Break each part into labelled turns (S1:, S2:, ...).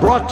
S1: brought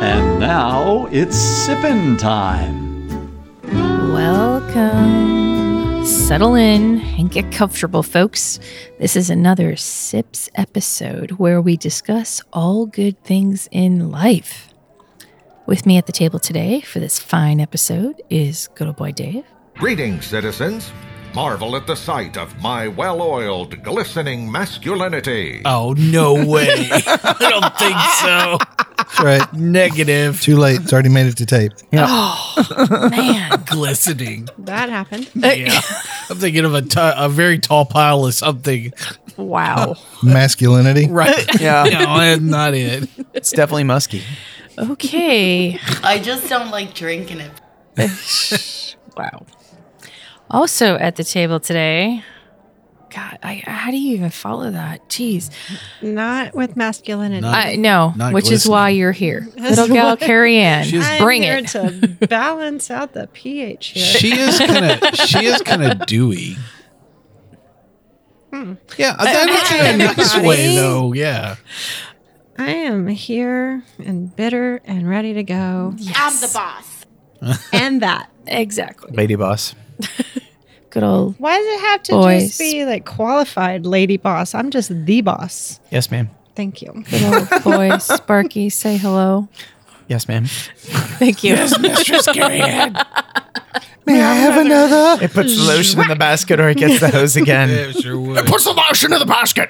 S1: And now it's sippin' time.
S2: Welcome. Settle in and get comfortable, folks. This is another Sips episode where we discuss all good things in life. With me at the table today for this fine episode is good old boy Dave.
S3: Greetings, citizens. Marvel at the sight of my well oiled, glistening masculinity.
S4: Oh, no way. I don't think so.
S5: That's right.
S4: Negative.
S5: Too late. It's already made it to tape.
S2: Man,
S4: Glistening.
S6: That happened.
S4: Yeah. I'm thinking of a ti- a very tall pile of something.
S2: wow.
S5: Masculinity.
S4: Right.
S7: Yeah.
S4: No, that's not it.
S7: It's definitely musky.
S2: Okay.
S8: I just don't like drinking it.
S2: Wow. Also at the table today, God, I, how do you even follow that? Jeez.
S6: Not with masculinity.
S4: Not-
S2: I no,
S4: Not
S2: which is why
S4: glistening.
S2: you're here.
S6: That's
S2: Little gal
S6: why-
S2: Carrie Ann,
S6: I'm
S2: bring
S6: here
S2: it.
S6: to balance out the pH here.
S4: She is kind of she is kind of dewy. Yeah, I I don't think in a nice way though. Yeah,
S6: I am here and bitter and ready to go.
S8: I'm the boss.
S6: and that.
S2: Exactly.
S7: Lady boss.
S2: Good old.
S6: Why does it have to
S2: Boys.
S6: just be like qualified lady boss? I'm just the boss.
S7: Yes, ma'am.
S6: Thank you.
S2: Good old boy Sparky, say hello.
S7: Yes, ma'am.
S2: Thank you.
S7: May I have another? It puts the lotion in the basket or it gets the hose again.
S4: sure would.
S3: Puts the lotion in the basket.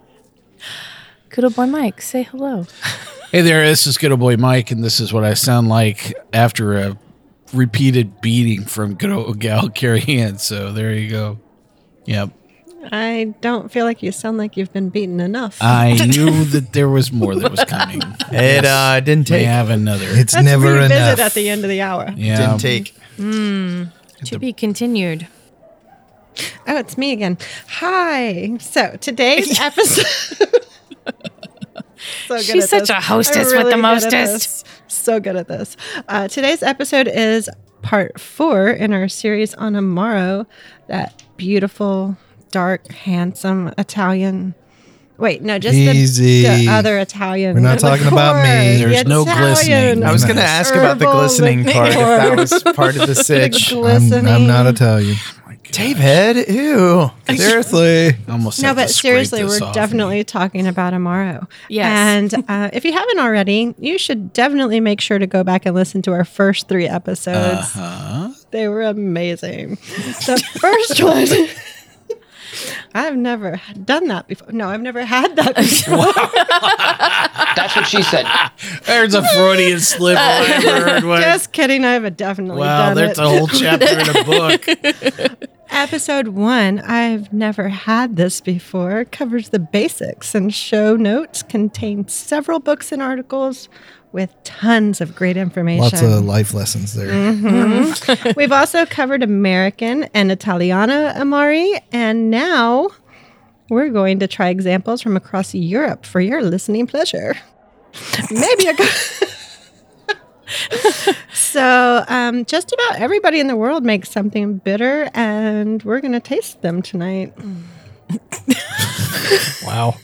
S2: Good old boy Mike, say hello.
S4: Hey there, this is good old boy Mike, and this is what I sound like after a repeated beating from good old gal Carrie Ann. So there you go. Yep.
S6: I don't feel like you sound like you've been beaten enough.
S4: I knew that there was more that was coming.
S7: It uh, didn't
S4: May
S7: take.
S4: have another.
S5: It's
S6: Let's
S5: never
S6: revisit
S5: enough.
S6: at the end of the hour.
S4: yeah.
S7: Didn't take.
S2: To be continued.
S6: Oh, it's me again. Hi. So today's episode. So good
S2: She's
S6: at
S2: such
S6: this.
S2: a hostess
S6: I'm
S2: with the
S6: good at
S2: mostest.
S6: this. So good at this. Uh, today's episode is part four in our series on Amaro, that beautiful, dark, handsome Italian. Wait, no, just the,
S5: Easy.
S6: the other Italian.
S5: We're not talking about me.
S6: The
S4: There's no
S6: Italian.
S4: glistening.
S7: I was going to
S5: Nice.
S7: ask about the
S6: Herbal
S7: glistening part if that
S6: liqueur.
S7: was part of the sitch.
S5: I'm,
S6: glistening.
S5: I'm not Italian.
S7: David, ew.
S5: Seriously.
S4: Almost
S6: No,
S4: have to
S6: but
S4: scrape
S6: seriously,
S4: this
S6: we're
S4: off me.
S6: definitely talking about Amaro.
S2: Yes.
S6: And uh, if you haven't already, you should definitely make sure to go back and listen to our first three episodes.
S4: Uh-huh.
S6: They were amazing. The first one. I've never done that before. No, I've never had that before.
S9: That's what she said.
S4: There's a Freudian slip. I never heard one.
S6: Just kidding. I've definitely
S4: wow,
S6: done
S4: there's
S6: it.
S4: a whole chapter in a book.
S6: Episode one, I've never had this before, covers the basics and show notes, contains several books and articles with tons of great information.
S5: Lots of life lessons there.
S6: We've also covered American and Italiano Amari, and now we're going to try examples from across Europe for your listening pleasure. Maybe a. so, um, just about everybody in the world makes something bitter, and we're going to taste them tonight.
S4: Wow.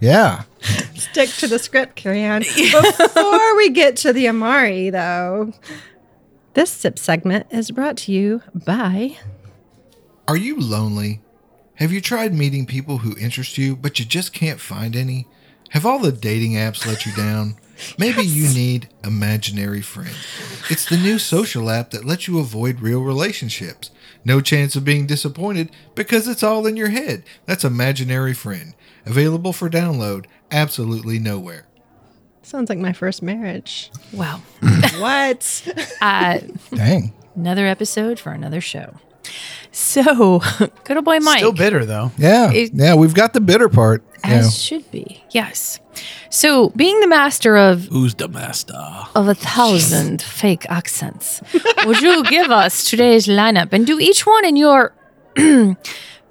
S5: Yeah.
S6: Stick to the script, carry on. Before we get to the Amari, though, this sip segment is brought to you by.
S10: Are you lonely? Have you tried meeting people who interest you, but you just can't find any? Have all the dating apps let you down? Maybe you need Imaginary Friend. It's the new social app that lets you avoid real relationships. No chance of being disappointed because it's all in your head. That's Imaginary Friend. Available for download absolutely nowhere.
S6: Sounds like my first marriage.
S2: Wow.
S6: what?
S2: Uh,
S5: Dang.
S2: another episode uh, for another show. So, good old boy Mike.
S7: Still bitter though.
S5: Yeah.
S2: It-
S5: yeah, we've got the bitter part.
S2: As
S5: Yeah.
S2: should be. Yes. So, being the master of,
S4: Who's the master?
S2: of a thousand fake accents, would you give us today's lineup and do each one in your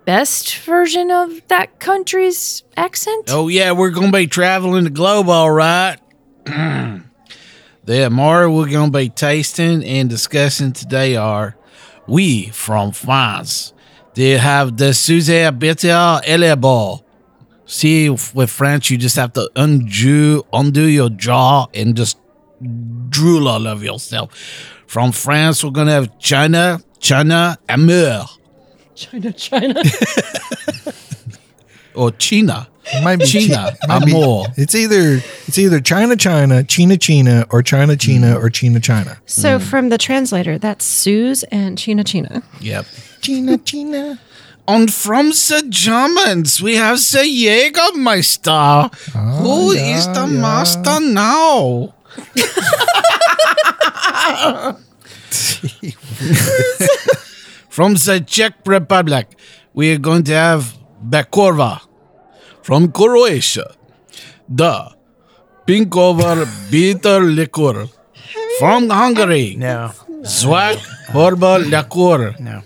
S2: best version of that country's accent?
S4: Oh yeah, we're gonna be traveling the globe, all right. the Amara we're gonna be tasting and discussing today are we from France. They have the Suze Bitter Elebor. See, f- with French, you just have to undo undo your jaw and just drool all over yourself. From France, we're gonna have China, China Amour
S6: China, China.
S4: or China.
S5: It might be
S4: China,
S5: Chi- might be-
S4: amor.
S5: It's either it's either China China, China China, or China China
S10: Mm.
S5: or China China.
S6: so, from the translator, that's Suze and China, China.
S4: Yep.
S5: China China.
S4: And from the Germans, we have the Jägermeister.
S5: Ah,
S4: Who is the master now? from the Czech Republic, we are going to have Bakorva. From Croatia, the Pinkover Bitter Liquor. From Hungary,
S7: No.
S4: Zwak Horba Liquor.
S7: No.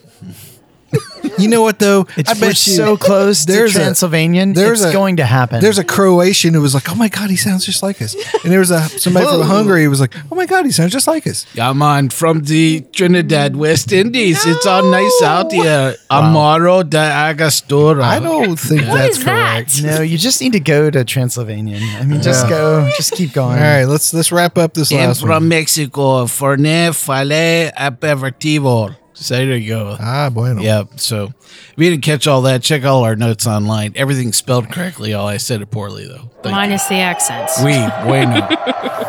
S5: You know what though?
S7: It's
S5: I
S7: we're
S5: bet you
S7: so close to
S5: there's a-
S7: Transylvanian.
S5: there's
S7: it's
S5: a-
S7: going to happen.
S5: there's a Croatian who was like, "Oh my god, he sounds just like us." And there was a somebody from Hungary who was like, "Oh my god, he sounds just like us."
S4: Yeah, man, from the Trinidad West Indies. It's all nice out here. Amaro de Agostura.
S5: I don't think
S2: What
S5: that's
S2: is that?
S5: correct.
S7: no, you just need to go to Transylvanian. I mean, just go, just keep going.
S5: All right, let's let's wrap up this
S4: And
S5: last
S4: from
S5: one.
S4: Mexico, Fernet Filet Aperitivo. So there you go.
S5: Ah, bueno.
S4: Yep. So if you didn't catch all that, check all our notes online. Everything's spelled correctly. All I said it poorly, though. Thank
S2: Minus the accents.
S4: you. We, bueno.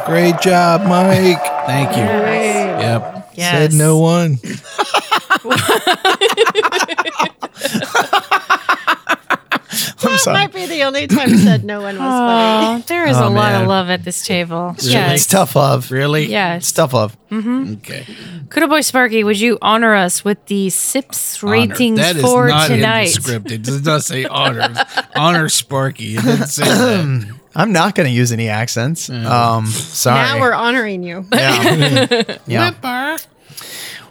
S5: Great job, Mike.
S4: Thank you. Yep.
S2: Yes.
S5: Said no one.
S7: I'm sorry.
S6: Might be the only time I said no one was funny.
S2: Oh, there is
S7: Oh,
S2: a lot
S7: man.
S2: of love at this table.
S7: It's
S2: Yes.
S7: tough love.
S4: Really?
S7: It's
S2: Yes. Mm-hmm.
S7: tough love.
S4: Okay.
S2: Kudo Boy Sparky, would you honor us with the sips
S4: Honor.
S2: ratings
S4: That is
S2: for
S4: not in the
S2: tonight?
S4: script. It does not say honors. Honor Sparky. It didn't say that.
S7: I'm not going to use any accents. Um, sorry.
S6: Now we're honoring you.
S7: Yeah. Yeah.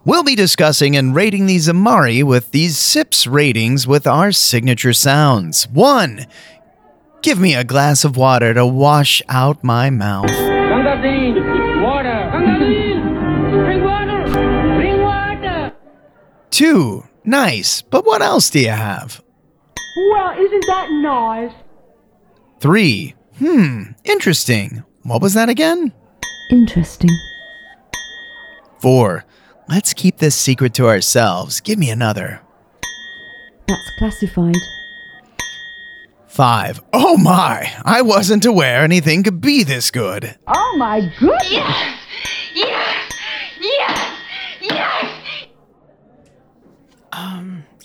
S7: We'll be discussing and rating these Amari with these sips ratings with our signature sounds. One, give me a glass of water to wash out my mouth.
S11: Water. Bring water. Bring water.
S7: Two, nice, but what else do you have?
S11: Well, isn't that nice?
S7: Three, hmm, interesting. What was that again?
S11: Interesting.
S7: Four, let's keep this secret to ourselves. Give me another.
S11: That's classified.
S7: Five, oh my, I wasn't aware anything could be this good.
S11: Oh my goodness. Yes. Yes. Yes. Yes.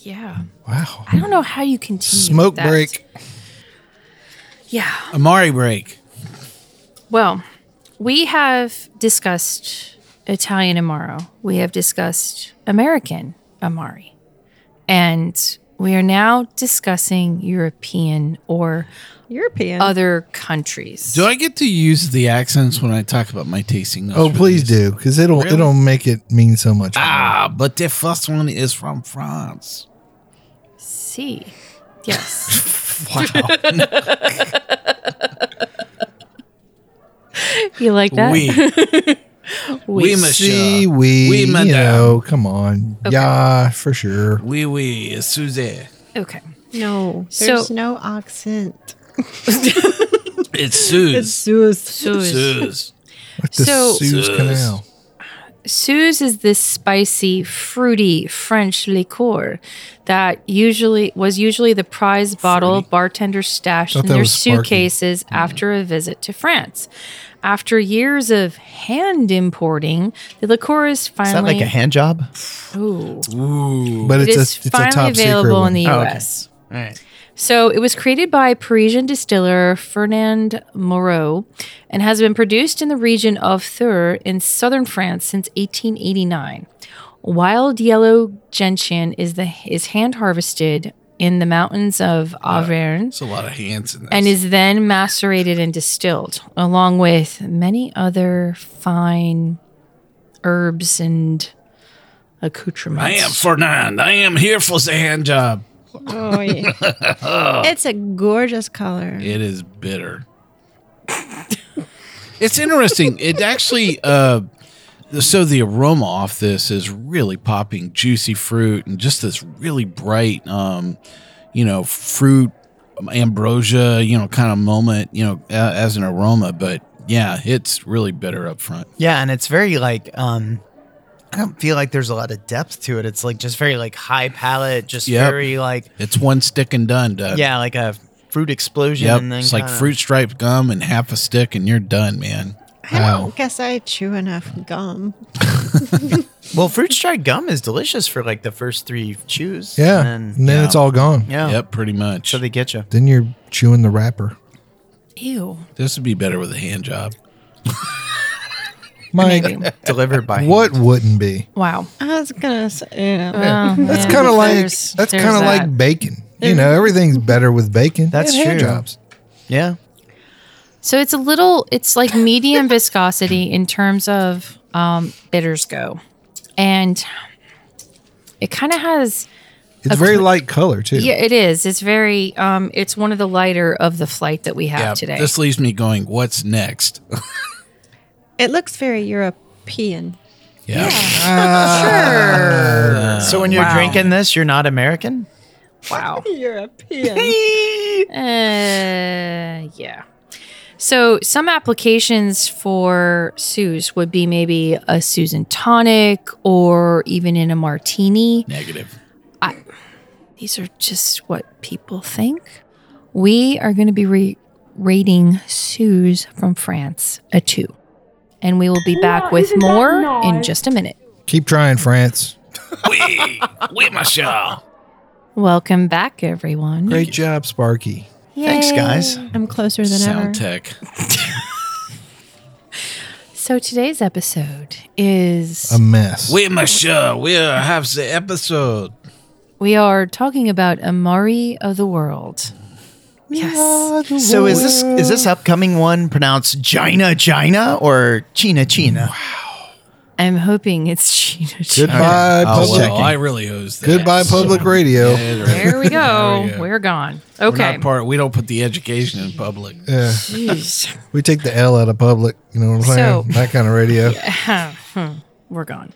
S2: Yeah.
S5: Wow.
S2: I don't know how you continue. with
S5: Smoke
S2: that.
S5: break.
S2: Yeah.
S4: Amari break.
S2: Well, we have discussed Italian Amaro. We have discussed American Amari. And we are now discussing European or
S6: European.
S2: other countries.
S4: Do I get to use the accents when I talk about my tasting? notes
S5: Oh,
S4: for
S5: please
S4: these?
S5: do, because it'll
S4: Really?
S5: it'll make it mean so much. more.
S4: Ah, but the first one is from France.
S2: see? Yes.
S4: Wow.
S2: You like that?
S4: we, we,
S5: See,
S4: monsieur.
S5: we,
S4: Oui,
S5: you
S4: madame.
S5: know, come on, yeah, for sure.
S4: Oui, oui, Suze.
S2: Okay.
S6: no,
S2: there's
S6: no accent.
S4: It's Suze.
S6: Suze.
S2: Suze.
S4: Suze.
S5: Like the
S2: So-
S5: Suez Canal.
S2: Suze is this spicy, fruity French liqueur that usually was usually the prize bottle bartenders stashed
S5: Thought
S2: in
S5: that
S2: their
S5: was sparky.
S2: suitcases after a visit to France. After years of hand importing, the liqueur is
S7: Is that
S2: finally
S7: like a hand job?
S2: Ooh.
S5: But it's
S2: It
S5: a
S2: is
S5: it's a top
S2: finally
S5: secret
S2: available
S5: one.
S2: in the
S7: Oh, okay.
S2: U.S.
S7: All right.
S2: So it was created by Parisian distiller Fernand Moreau and has been produced in the region of Thur in southern France since 1889. Wild yellow gentian is the is hand harvested in the mountains of
S7: Uh,
S2: Auvergne
S4: It's a lot of hands in this.
S2: and is then macerated and distilled, along with many other fine herbs and
S4: I
S2: accoutrements.
S4: am Fernand. I am here for the hand job.
S6: Oh, yeah. it's a gorgeous color.
S4: It is bitter. it's interesting. It actually, uh, so the aroma off this is really popping juicy fruit and just this really bright, um, you know, fruit ambrosia, you know, kind of moment, you know, uh, as an aroma. But yeah, it's really bitter up front.
S7: Yeah, and it's very like um I don't feel like there's a lot of depth to it. It's like just very like high palate, just
S4: Yep.
S7: very like
S4: It's one stick and done, Doug.
S7: yeah, like a fruit explosion
S4: Yep.
S7: and then
S4: It's like
S7: kinda-
S4: fruit striped gum and half a stick, and you're done, man.
S6: I don't guess I chew enough gum.
S7: Well, fruit dried gum is delicious for like the first three chews.
S5: Yeah.
S7: And
S5: And then it's all gone.
S7: Yeah.
S4: Yep, pretty much.
S7: So they get you.
S5: Then you're chewing the wrapper.
S2: Ew.
S4: This would be better with a hand job.
S5: Mike,
S7: delivered by
S5: what wouldn't be?
S2: Wow.
S6: I was gonna say yeah.
S7: Uh.
S5: that's kind
S2: Mm,
S5: of like that's kind of like bacon. You know, everything's better with bacon.
S7: That's
S5: and hand
S7: true.
S5: jobs.
S7: Yeah.
S2: So it's a little, it's like medium viscosity in terms of um, bitters go, and it kind of has.
S5: It's very light color too.
S2: Yeah, it is. It's very. Um, it's one of the lighter of the flight that we have
S4: Yeah,
S2: today.
S4: this leaves me going, what's next?
S6: It looks very European.
S4: Yeah.
S7: so when you're
S2: Wow.
S7: drinking this, you're not American?
S2: wow.
S6: European.
S2: Uh, yeah. So some applications for Suze would be maybe a Susan tonic or even in a martini.
S4: Negative.
S2: These are just what people think. We are going to be re- rating Suze from France a two. And we will be back
S11: Wow,
S2: with
S11: isn't that
S2: more in
S11: nice?
S2: just a minute.
S5: Keep trying, France.
S4: we, we, Michelle.
S2: Welcome back, everyone.
S5: Great job, Sparky.
S7: Thanks, guys.
S6: I'm closer than ever.
S4: Sound tech.
S2: So today's episode is
S4: Um,
S5: A mess.
S4: We, Michelle. We have the episode.
S2: we are talking about Amari of the World. Yes.
S7: So is this is this upcoming one pronounced Gina Gina or China China?
S2: I'm hoping it's Sheena.
S5: Goodbye,
S4: Oh,
S5: public.
S4: well, I really owes that.
S5: Goodbye, public radio.
S4: Yeah, right.
S2: There we go.
S4: There we go.
S2: We're gone.
S4: We're not
S2: Okay.
S4: part, we don't put the education in public.
S5: Yeah.
S2: Jeez.
S5: We take the L out of public. You know what I'm saying?
S2: So-
S5: that kind of radio.
S2: We're gone.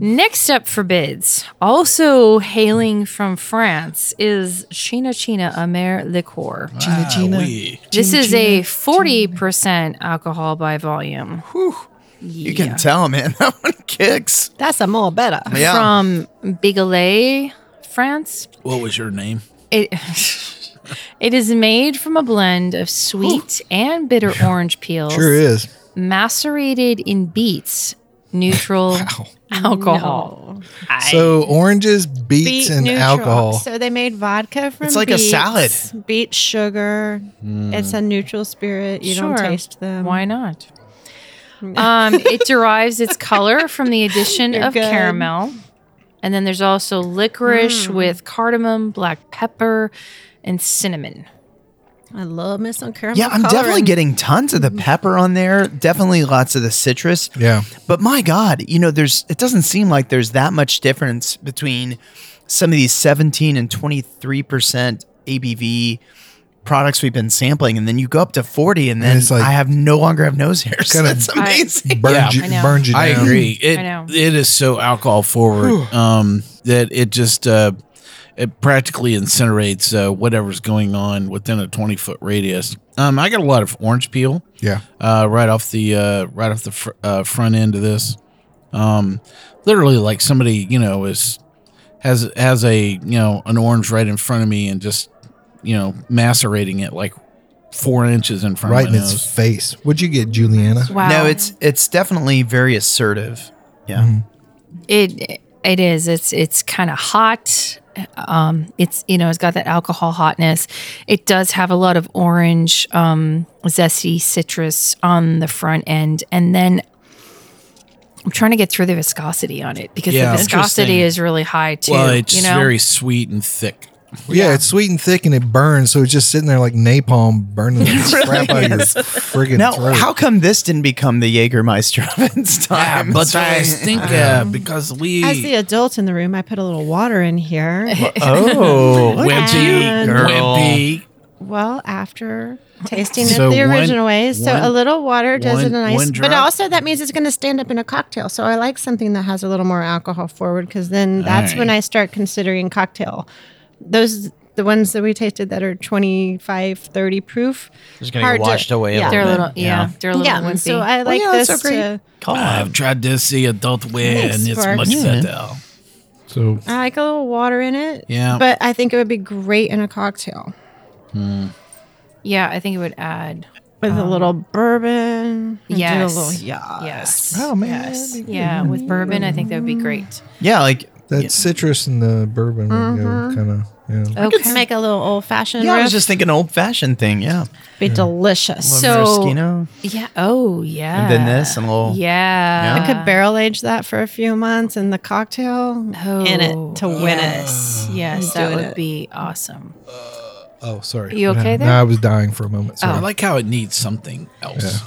S2: Next up for bids, also hailing from France, is China China Amer Liqueur.
S4: Ah, oui.
S2: This is a 40% alcohol by volume.
S7: You can tell, man. That one kicks.
S6: That's a more better.
S7: Yeah.
S2: From Bigolet, France.
S4: What was your name?
S2: It it is made from a blend of sweet and bitter orange peels,
S5: Sure is.
S2: macerated in beets, neutral alcohol.
S5: So oranges, beets,
S6: Beet
S5: and
S6: neutral.
S5: alcohol.
S6: So they made vodka from
S7: It's like a
S6: beets,
S7: salad. Hmm.
S6: Beet sugar. It's a neutral spirit. You don't
S2: Sure.
S6: taste them.
S2: Why not? um, it derives its color from the addition
S6: You're
S2: of
S6: good.
S2: caramel, and then there's also licorice
S6: Mm.
S2: with cardamom, black pepper, and cinnamon.
S6: I love me some caramel.
S7: Yeah, I'm definitely
S6: coloring.
S7: getting tons of the pepper on there. Definitely lots of the citrus.
S5: Yeah.
S7: But my God, you know, there's it doesn't seem like there's that much difference between some of these 17 and 23 percent ABV products we've been sampling, and then you go up to 40, and then
S5: it's like-
S7: I have no longer have nose hairs.
S5: Kinda-
S7: That's amazing.
S5: Burns,
S4: Yeah.
S5: you,
S2: I know.
S5: burns you down.
S4: I agree. It
S2: I know.
S4: it is so alcohol forward um, that it just uh, it practically incinerates uh, whatever's going on within a twenty foot radius. Um, I got a lot of orange peel
S5: Yeah.
S4: uh, right off the uh, right off the fr- uh, front end of this. Um, literally, like somebody you know is has has a you know an orange right in front of me and just you know macerating it like four inches in front
S5: Right
S4: of
S5: in
S4: my
S5: its
S4: nose.
S5: face. What'd you get, Juliana?
S2: Wow.
S7: No, it's it's definitely very assertive. Yeah.
S2: It it is. It's it's kind of hot. Um, it's you know it's got that alcohol hotness. It does have a lot of orange, um, zesty citrus on the front end, and then I'm trying to get through the viscosity on it because
S4: Yeah.
S2: the viscosity
S4: Interesting.
S2: is really high too.
S4: well, it's
S2: you know?
S4: very sweet and thick.
S5: Yeah, it's sweet and thick and it burns. So it's just sitting there like napalm burning the crap out of your friggin'
S7: Now,
S5: throat.
S7: how come this didn't become the Jägermeister oven's
S4: Yeah,
S7: time?
S4: Ah, but
S7: It's really-
S4: I think uh, because we
S6: As the adult in the room, I put a little water in here.
S7: oh,
S4: wimpy,
S6: And-
S4: wimpy.
S6: Well, after tasting
S4: So
S6: it the
S4: one-
S6: original way, so a
S4: one-
S6: little water does
S4: one-
S6: it a nice.
S4: one
S6: But
S4: drop?
S6: also that means it's going to stand up in a cocktail. So I like something that has a little more alcohol forward because then that's when
S4: right.
S6: I start considering cocktail. Those the ones that we tasted that are 25, 30 proof.
S12: Just gonna get washed away a
S6: yeah.
S12: little
S2: They're a little, yeah, they're a little
S6: Yeah,
S2: wimpy.
S6: so I like
S2: yeah,
S6: this
S2: that's
S6: to.
S2: okay.
S4: I've tried this the adult way,
S6: Thanks,
S4: and it's
S6: Sparks.
S4: much
S6: Yeah.
S4: better.
S5: So
S6: I like a little water in it.
S4: Yeah.
S6: But I think it would be great in a cocktail
S2: Yeah, I think it would add.
S6: with a
S2: Um,
S6: little bourbon. and do
S2: Yes.
S6: A little, yeah.
S2: Yes. Oh man. Yes. Yeah, with bourbon, I think that would be great.
S7: Yeah, like
S5: that citrus and the bourbon kind of. Yeah.
S6: We could make a little old fashioned.
S7: Yeah, I was just thinking old fashioned thing. Yeah.
S6: be delicious.
S7: Little maraschino.
S2: yeah. Oh yeah.
S7: And then this and a little.
S2: Yeah.
S6: I could barrel age that for a few months and the cocktail in it to win
S2: yes.
S6: it.
S2: Yes,
S6: Oh. He's
S2: that
S6: doing
S2: would
S6: it.
S2: be awesome.
S5: Oh, sorry.
S2: You
S5: What
S2: okay
S5: happened?
S2: there?
S5: No, I was dying for a moment. Sorry.
S4: I like how it needs something else.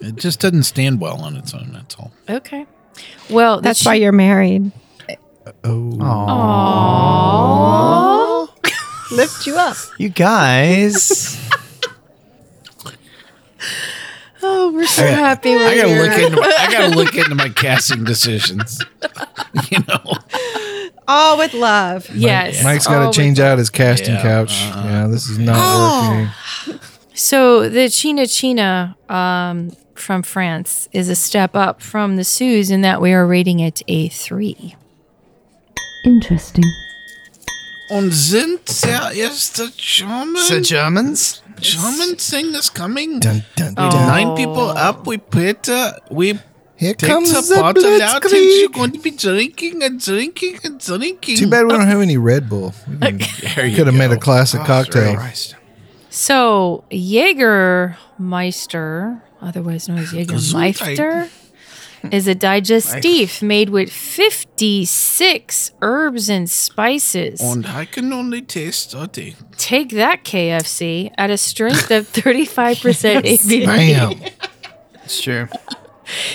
S4: it just doesn't stand well on its own. That's all.
S2: Okay. Well,
S6: That's why you're married.
S2: Aww.
S6: Lift you up.
S7: You guys.
S2: Oh, we're so
S4: I got-
S2: happy. We're
S4: I gotta
S2: here.
S4: look into. My, I gotta look into my casting decisions.
S6: All with love.
S2: Yes.
S5: Mike's got
S2: Oh,
S5: to change out his casting
S4: Yeah, uh-uh.
S5: couch. yeah, this is not working.
S2: So the China China um, from France is a step up from the Suze in that we are rating it a three.
S11: Interesting.
S4: Und sind der erste German?
S7: The Germans?
S4: German thing is coming.
S5: Dun, dun,
S4: With
S5: dun.
S4: nine people up, we put uh, we
S5: Here
S4: take
S5: comes
S4: the,
S5: the
S4: bottle out, and
S5: blitzkrieg.
S4: you're going to be drinking and drinking and drinking.
S5: Too bad we don't have any Red Bull. We
S4: There you
S5: could have made a
S4: go.
S5: classic cocktail.
S2: So Jägermeister, otherwise known as Jägermeister, is a digestif made with 56 herbs and spices.
S4: And I can only taste thirty.
S2: Take that KFC at a strength of 35% ABV.
S7: It's true.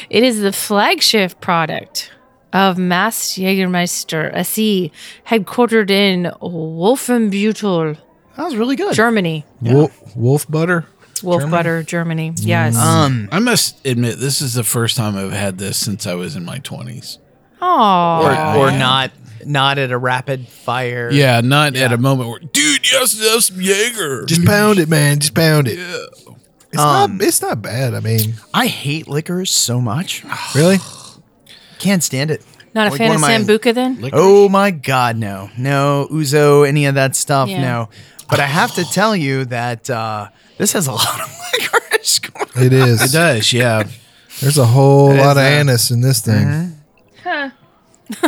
S2: It is the flagship product of Mass Jägermeister SE, headquartered in Wolfenbüttel,
S7: That was really good.
S2: Germany.
S5: Wolf, wolf butter.
S2: Wolf butter, Germany. Yes.
S7: Um,
S4: I must admit, this is the first time I've had this since I was in my twenties.
S2: Aw.
S7: or, or not not at a rapid fire.
S4: Yeah, not at a moment where, dude, yes, that's Jaeger.
S5: Just pound it, man. Just pound it. It's not. It's not bad. I mean,
S7: I hate liquors so much.
S5: really.
S7: Can't stand it.
S2: Not a
S7: Like
S2: fan
S7: one
S2: of
S7: of my-
S2: Sambuca then?
S7: Oh my god, no. No Uzo, any of that stuff,
S2: Yeah.
S7: no. But I have to tell you that uh, this has a lot of licorice. going-
S5: It is.
S4: It does, yeah.
S5: There's a whole
S7: It is
S5: lot of
S7: that.
S5: anise in this thing.
S6: Mm-hmm.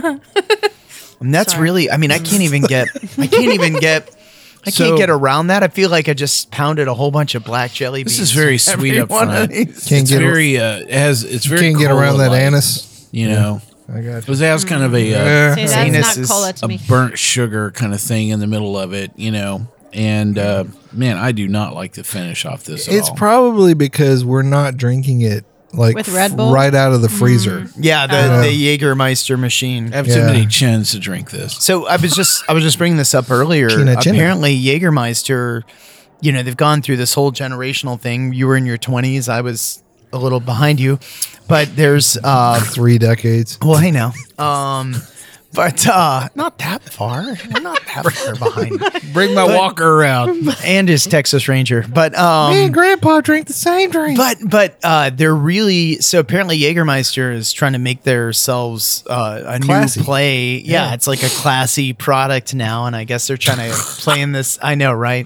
S7: And that's really I mean, I can't even get I can't even get I
S4: So-
S7: can't get around that. I feel like I just pounded a whole bunch of black jelly beans.
S4: This is very
S7: on
S4: sweet
S7: every
S4: up
S7: one of
S4: front.
S7: these.
S5: Can't
S4: it's
S5: get
S4: very uh, it has it's very
S5: Can't get around that
S4: cola-like,
S5: anise.
S4: You know,
S5: I got.
S4: because it has kind of a uh,
S5: Yeah.
S6: See, that's
S7: Anus
S6: not
S7: is
S6: cola to
S4: a
S6: me.
S4: burnt sugar kind of thing in the middle of it. You know, and uh, man, I do not like the finish off this. At
S5: It's
S4: all.
S5: probably because we're not drinking it like
S6: With Red
S5: f-
S6: Bull? Mm-hmm.
S5: right out of the freezer.
S7: Yeah, the, the Jägermeister machine.
S4: I have too
S5: Yeah.
S4: many chins to drink this.
S7: So I was just I was just bringing this up earlier.
S5: Kina China.
S7: Apparently, Jägermeister, you know, they've gone through this whole generational thing. You were in your twenties. I was a little behind you, but there's uh,
S5: Three decades.
S7: well, hey now, um, but uh, not that far. I'm not that far behind.
S4: Bring my walker around.
S7: And is Texas Ranger, but um,
S5: Grandpa drink the same drink.
S7: But but uh, they're really so apparently Jägermeister is trying to make themselves uh, a
S5: Classy.
S7: new play. Yeah, it's like a classy product now, and I guess they're trying to play in this. I know, right?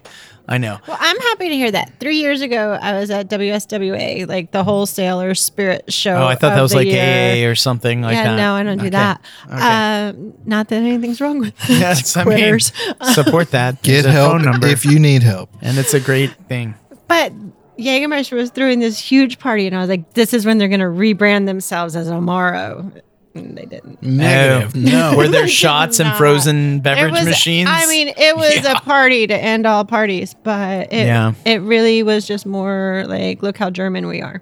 S7: I know.
S6: Well, I'm happy to hear that. Three years ago, I was at WSWA, like the wholesaler spirit show.
S7: Oh, I thought that
S6: of
S7: was
S6: the
S7: like
S6: year.
S7: AA or something like
S6: yeah,
S7: that.
S6: no, I don't
S7: Okay.
S6: do that.
S7: Okay.
S6: Um, not that anything's wrong with
S7: Yes, I mean,
S6: Quitters.
S7: support that.
S5: Get
S7: There's a
S5: help
S7: phone number,
S5: if you need help.
S7: and it's a great thing.
S6: But Jägermeister was throwing this huge party, and I was like, "This is when they're going to rebrand themselves as Amaro." And they didn't.
S7: No,
S4: Negative.
S7: no. Were
S6: They
S7: there
S6: did
S7: shots and
S6: not.
S7: frozen beverage
S6: It was-
S7: machines?
S6: I mean, it was a party to end all parties, but it,
S7: Yeah.
S6: it really was just more like, look how German we are.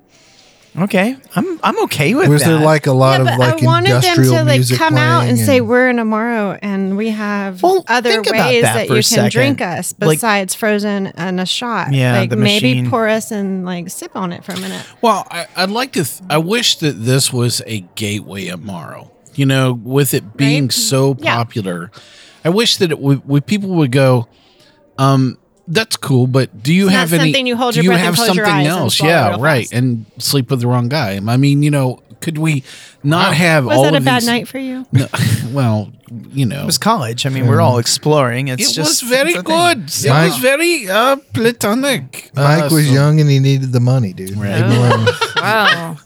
S7: okay, I'm I'm okay with
S5: Was
S7: that.
S5: there like a lot
S6: but
S5: of like
S6: I wanted them
S5: industrial
S6: to like
S5: music
S6: come out
S5: playing
S6: and say we're in Amaro and we have other
S7: think about
S6: ways
S7: that
S6: that,
S7: for
S6: you can
S7: a second.
S6: drink us
S7: Like-
S6: besides frozen and a shot.
S4: Yeah,
S6: like
S4: the
S6: maybe
S4: machine.
S6: pour us and like sip on it for a minute.
S4: Well, I, I'd like to. Th- I wish that this was a gateway Amaro. You know, with it being so
S6: Yeah.
S4: popular, I wish that it would, would people would go. Um, that's cool, but do you
S6: It's not
S4: have any?
S6: something you hold
S4: do
S6: your
S4: you
S6: breath and
S4: have
S6: close
S4: something
S6: your eyes and
S4: else?
S6: swallow
S4: Yeah,
S6: real
S4: right. And sleep with the wrong guy. I mean, you know, could we not have
S6: Was
S4: all
S6: that a
S4: of
S6: bad
S4: these-
S6: night for you?
S4: No, well, you know,
S7: it was college. I mean, we're all exploring. It's
S4: it
S7: just
S4: was very
S7: it's a thing.
S4: good. It
S5: Mike-
S4: was very uh, platonic. Uh,
S5: Mike was young and he needed the money, dude. Leave him alone.
S2: Wow.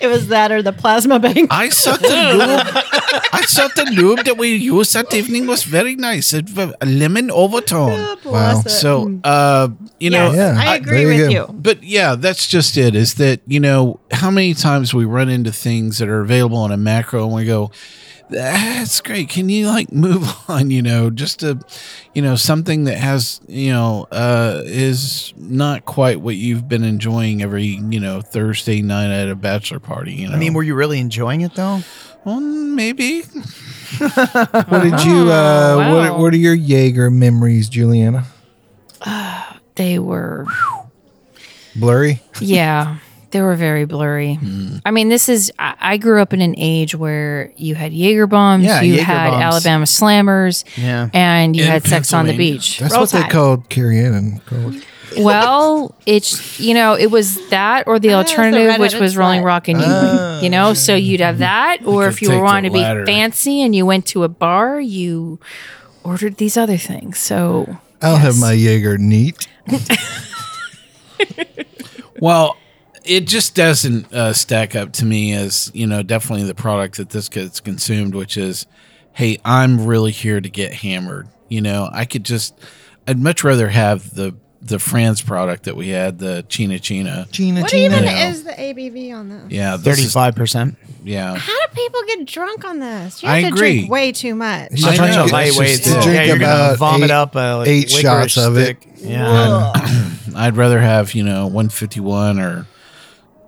S6: it was that or the plasma bank.
S4: I thought the lube. I thought the lube that we used that evening was very nice. It was a lemon overtone.
S5: Wow.
S6: it.
S4: So, uh, you know,
S6: Yes,
S5: Yeah.
S6: I agree
S5: There you
S6: with
S5: go.
S6: you.
S4: but yeah, that's just it. Is that you know how many times we run into things that are available in a macro and we go, that's great. Can you like move on? You know, just a, you know, something that has you know uh, is not quite what you've been enjoying every you know Thursday night at a bachelor party. You know,
S7: I mean, were you really enjoying it though?
S4: well, maybe
S5: What did you? Uh,
S6: Oh,
S5: what,
S2: wow.
S5: what are your Jaeger memories, Juliana?
S2: They were,
S5: Blurry.
S2: yeah, they were very blurry. I mean, this is, I, I grew up in an age where you had Jaeger bombs,
S7: Yeah,
S2: you
S7: Jaeger
S2: had
S7: bombs.
S2: Alabama slammers,
S7: Yeah.
S2: and you
S4: In
S2: had sex on the
S4: Pennsylvania.
S2: beach.
S5: That's
S2: Roll
S5: what they
S2: Tide.
S5: called Carrie Ann and college.
S2: Well, it's you know, it was that or the
S6: Ah, it's the
S2: alternative, which
S6: Reddit
S2: was Rolling
S6: slut.
S2: Rock and you, you know, so you'd have that, or
S4: could
S2: if you
S4: take the
S2: wanted to be
S4: latter.
S2: fancy and you went to a bar, you ordered these other things. So
S5: I'll have my Jaeger neat.
S4: Well, it just doesn't uh, stack up to me as you know definitely the product that this gets consumed, which is, hey, I'm really here to get hammered. You know, I could just, I'd much rather have the the France product that we had, the China China.
S5: Gina,
S6: What
S5: Gina.
S6: even
S4: Yeah.
S6: is the ABV on this?
S4: Yeah, this is,
S7: Thirty-five percent.
S4: yeah.
S6: How do people get drunk on this? You
S4: I
S6: have to
S4: agree.
S6: drink way too much.
S5: She's trying to
S4: lightweight
S5: lightweight
S4: it.
S5: drink
S7: yeah, you're gonna
S5: about eight-
S7: vomit up a, like,
S5: eight
S7: licorice
S5: shots of it.
S7: stick. Yeah.
S4: I'd rather have you know 151 or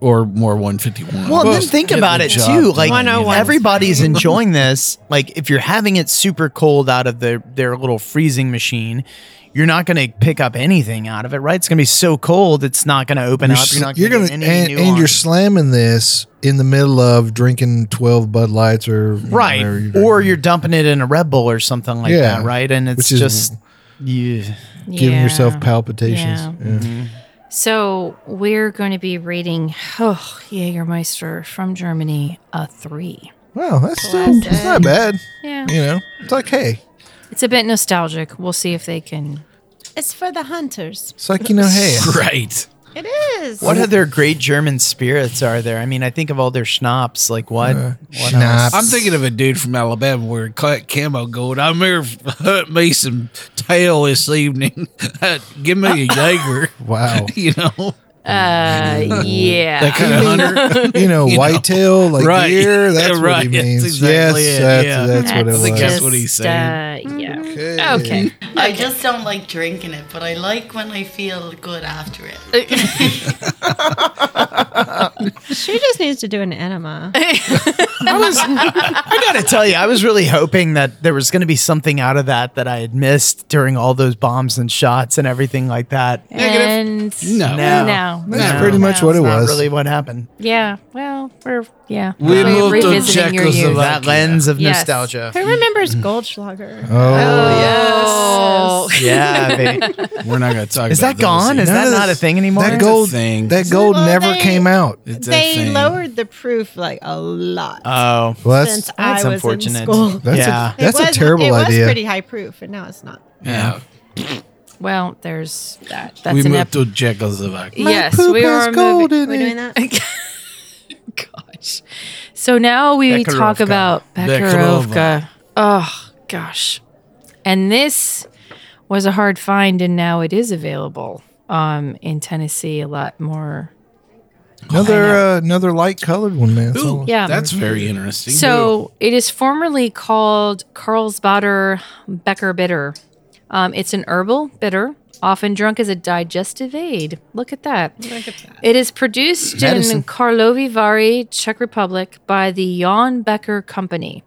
S4: or more 151.
S7: Well, and then think
S4: Get
S7: about
S4: the
S7: it
S4: job
S7: too.
S4: done,
S7: Like
S4: you know?
S7: everybody's enjoying this. Like if you're having it super cold out of their their little freezing machine, you're not going to pick up anything out of it, right? It's going to be so cold, it's not going to open
S5: You're,
S7: up. You're not
S5: you're
S7: going
S5: gonna and,
S7: to any nuance.
S5: and you're slamming this in the middle of drinking twelve Bud Lights or you know, whatever
S7: right,
S5: you're
S7: or
S5: drinking.
S7: you're dumping it in a Red Bull or something like
S5: Yeah.
S7: that, right? And it's
S5: Which is-
S7: just you.
S5: giving yourself
S2: Yeah.
S5: palpitations.
S2: Yeah.
S5: Yeah.
S2: So we're going to be rating oh, Jägermeister from Germany a three.
S5: Wow, that's still it's not bad.
S2: Yeah,
S5: You know, it's like hey,
S2: it's a bit nostalgic. We'll see if they can.
S6: It's for the hunters.
S5: it's like you know, hey,
S4: Right.
S6: It is.
S7: What other great German spirits are there? I mean, I think of all their schnapps. Like what? what
S5: Uh, schnapps.
S4: I'm thinking of a dude from Alabama wearing cut camo gold. I'm here to hunt me some tail this evening. Uh, Give me a Jaeger.
S5: Wow.
S4: you know,
S2: Uh, yeah.
S4: Mm. that kind of hunter.
S5: you know,
S4: You know.
S5: whitetail like
S4: Right.
S5: deer. That's what he
S4: Right, that's
S5: means.
S4: exactly
S5: yes,
S4: it,
S5: that's,
S4: yeah.
S5: that's what it
S4: I
S5: was.
S4: think that's what he's
S2: just,
S4: saying.
S2: Uh, yeah.
S5: Okay.
S2: Okay.
S8: I just don't like drinking it, but I like when I feel good after it.
S6: She just needs to do an enema.
S7: I was I gotta tell you, I was really hoping that there was gonna be something out of that that I had missed during all those bombs and shots and everything like that.
S2: And
S4: No.
S7: No.
S2: no.
S5: That's
S7: No,
S5: pretty much what it
S7: That's not
S5: was.
S7: really what happened.
S2: Yeah. Well, we're yeah.
S4: We
S2: We're
S4: moved to
S2: revisiting your youth.
S4: Czechoslovakia.
S7: That lens of
S2: Yes.
S7: nostalgia.
S6: Who remembers Goldschlager?
S5: Oh,
S2: Oh,
S7: Yeah, baby.
S4: We're not going to talk.
S7: Is
S4: about
S7: that gone?
S4: those.
S7: Is that
S5: None of
S7: not a
S5: this-
S7: thing anymore?
S5: that gold
S4: thing.
S5: That gold
S6: Well,
S5: never
S6: they-
S5: came out.
S4: It's a
S6: They
S4: thing. Uh,
S6: lowered the proof like a lot.
S7: Oh,
S5: Well, that's
S6: since
S7: that's
S6: I was
S7: unfortunate.
S6: in school.
S5: that's
S7: yeah.
S5: a, that's
S6: it
S5: a
S6: was,
S5: terrible
S6: it
S5: idea.
S6: was pretty high proof, and now it's not.
S4: Yeah,
S2: Well, there's that. That's
S4: we
S2: an
S4: moved
S2: ep-
S4: to Czechoslovakia.
S2: Yes,
S5: poop
S2: we
S5: has
S2: are
S5: gold
S2: moving.
S5: in
S6: We're doing
S5: it.
S6: that.
S2: Gosh. So now we
S7: Bekarovka.
S2: talk about
S4: Bekarovka.
S2: Bekarovka. Oh gosh. And this was a hard find, and now it is available. um, in Tennessee a lot more.
S5: Another uh, another light colored one, man. That's all.
S2: Yeah.
S4: That's very interesting.
S2: So it is formerly called Carlsbader Becker Bitter. Um, it's an herbal bitter, often drunk as a digestive aid. Look at that.
S6: Look at that.
S2: It is produced
S6: Medicine.
S2: in Karlovy Vary, Czech Republic, by the Jan Becker Company.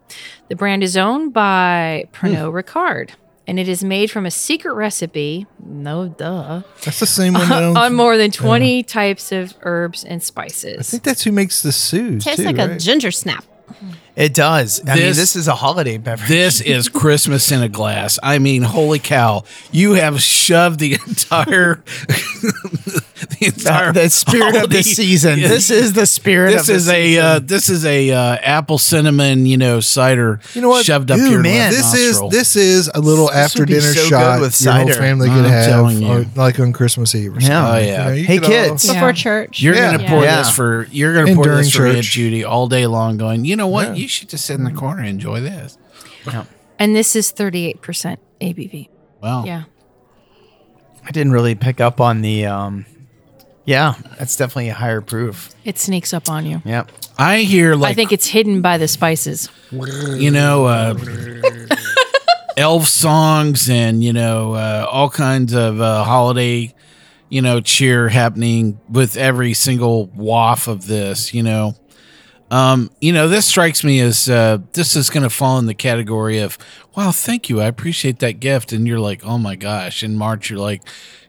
S2: The brand is owned by Pernod
S5: Hmm.
S2: Ricard, and it is made from a secret recipe. No, duh.
S5: That's the same one. that owns-
S2: on more than
S5: Yeah.
S2: 20 types of herbs and
S5: I
S2: spices.
S5: think that's who makes the Sioux. too, right?
S6: ginger snap.
S7: It does. I mean,
S4: This-
S7: this is a holiday beverage.
S4: This is Christmas in a glass. I mean, holy cow! You have shoved the entire the entire
S7: the spirit of the
S4: holiday-
S7: season. This is the spirit
S4: This
S7: of the
S4: is a uh, this is a uh, apple cinnamon you know cider.
S5: You know what?
S4: Shoved up
S5: Ooh,
S4: your
S5: man.
S4: left
S5: This
S4: nostril.
S5: is this is a little
S7: This
S5: after
S7: would be
S5: dinner
S7: so good
S5: shot
S7: with
S5: your whole
S7: cider.
S5: family
S4: I'm
S5: could have,
S4: telling you.
S5: or, like on Christmas Eve. Or something.
S4: Oh,
S5: You
S4: yeah.
S5: know, you
S7: Hey,
S5: could all-
S7: kids.
S6: Before church.
S4: You're gonna
S2: Yeah.
S4: pour
S7: Yeah.
S4: this for you're gonna
S5: And
S4: pour
S5: during
S4: this for Aunt
S5: church.
S4: Judy all day long. Going, you know what? You should just sit in the corner and enjoy this.
S2: And this is 38% ABV.
S4: Wow.
S2: Yeah.
S7: I didn't really pick up on the. Um, yeah, that's definitely a higher proof.
S2: It sneaks up on you.
S7: Yep.
S4: I hear like
S2: I think it's hidden by the spices.
S4: you know, uh, elf songs and, you know, uh, all kinds of uh, holiday, you know, cheer happening with every single waff of this, you know. Um, you know, this strikes me as uh, this is going to fall in the category of, wow, thank you. I appreciate that gift. And you're like, oh my gosh. In March, you're like,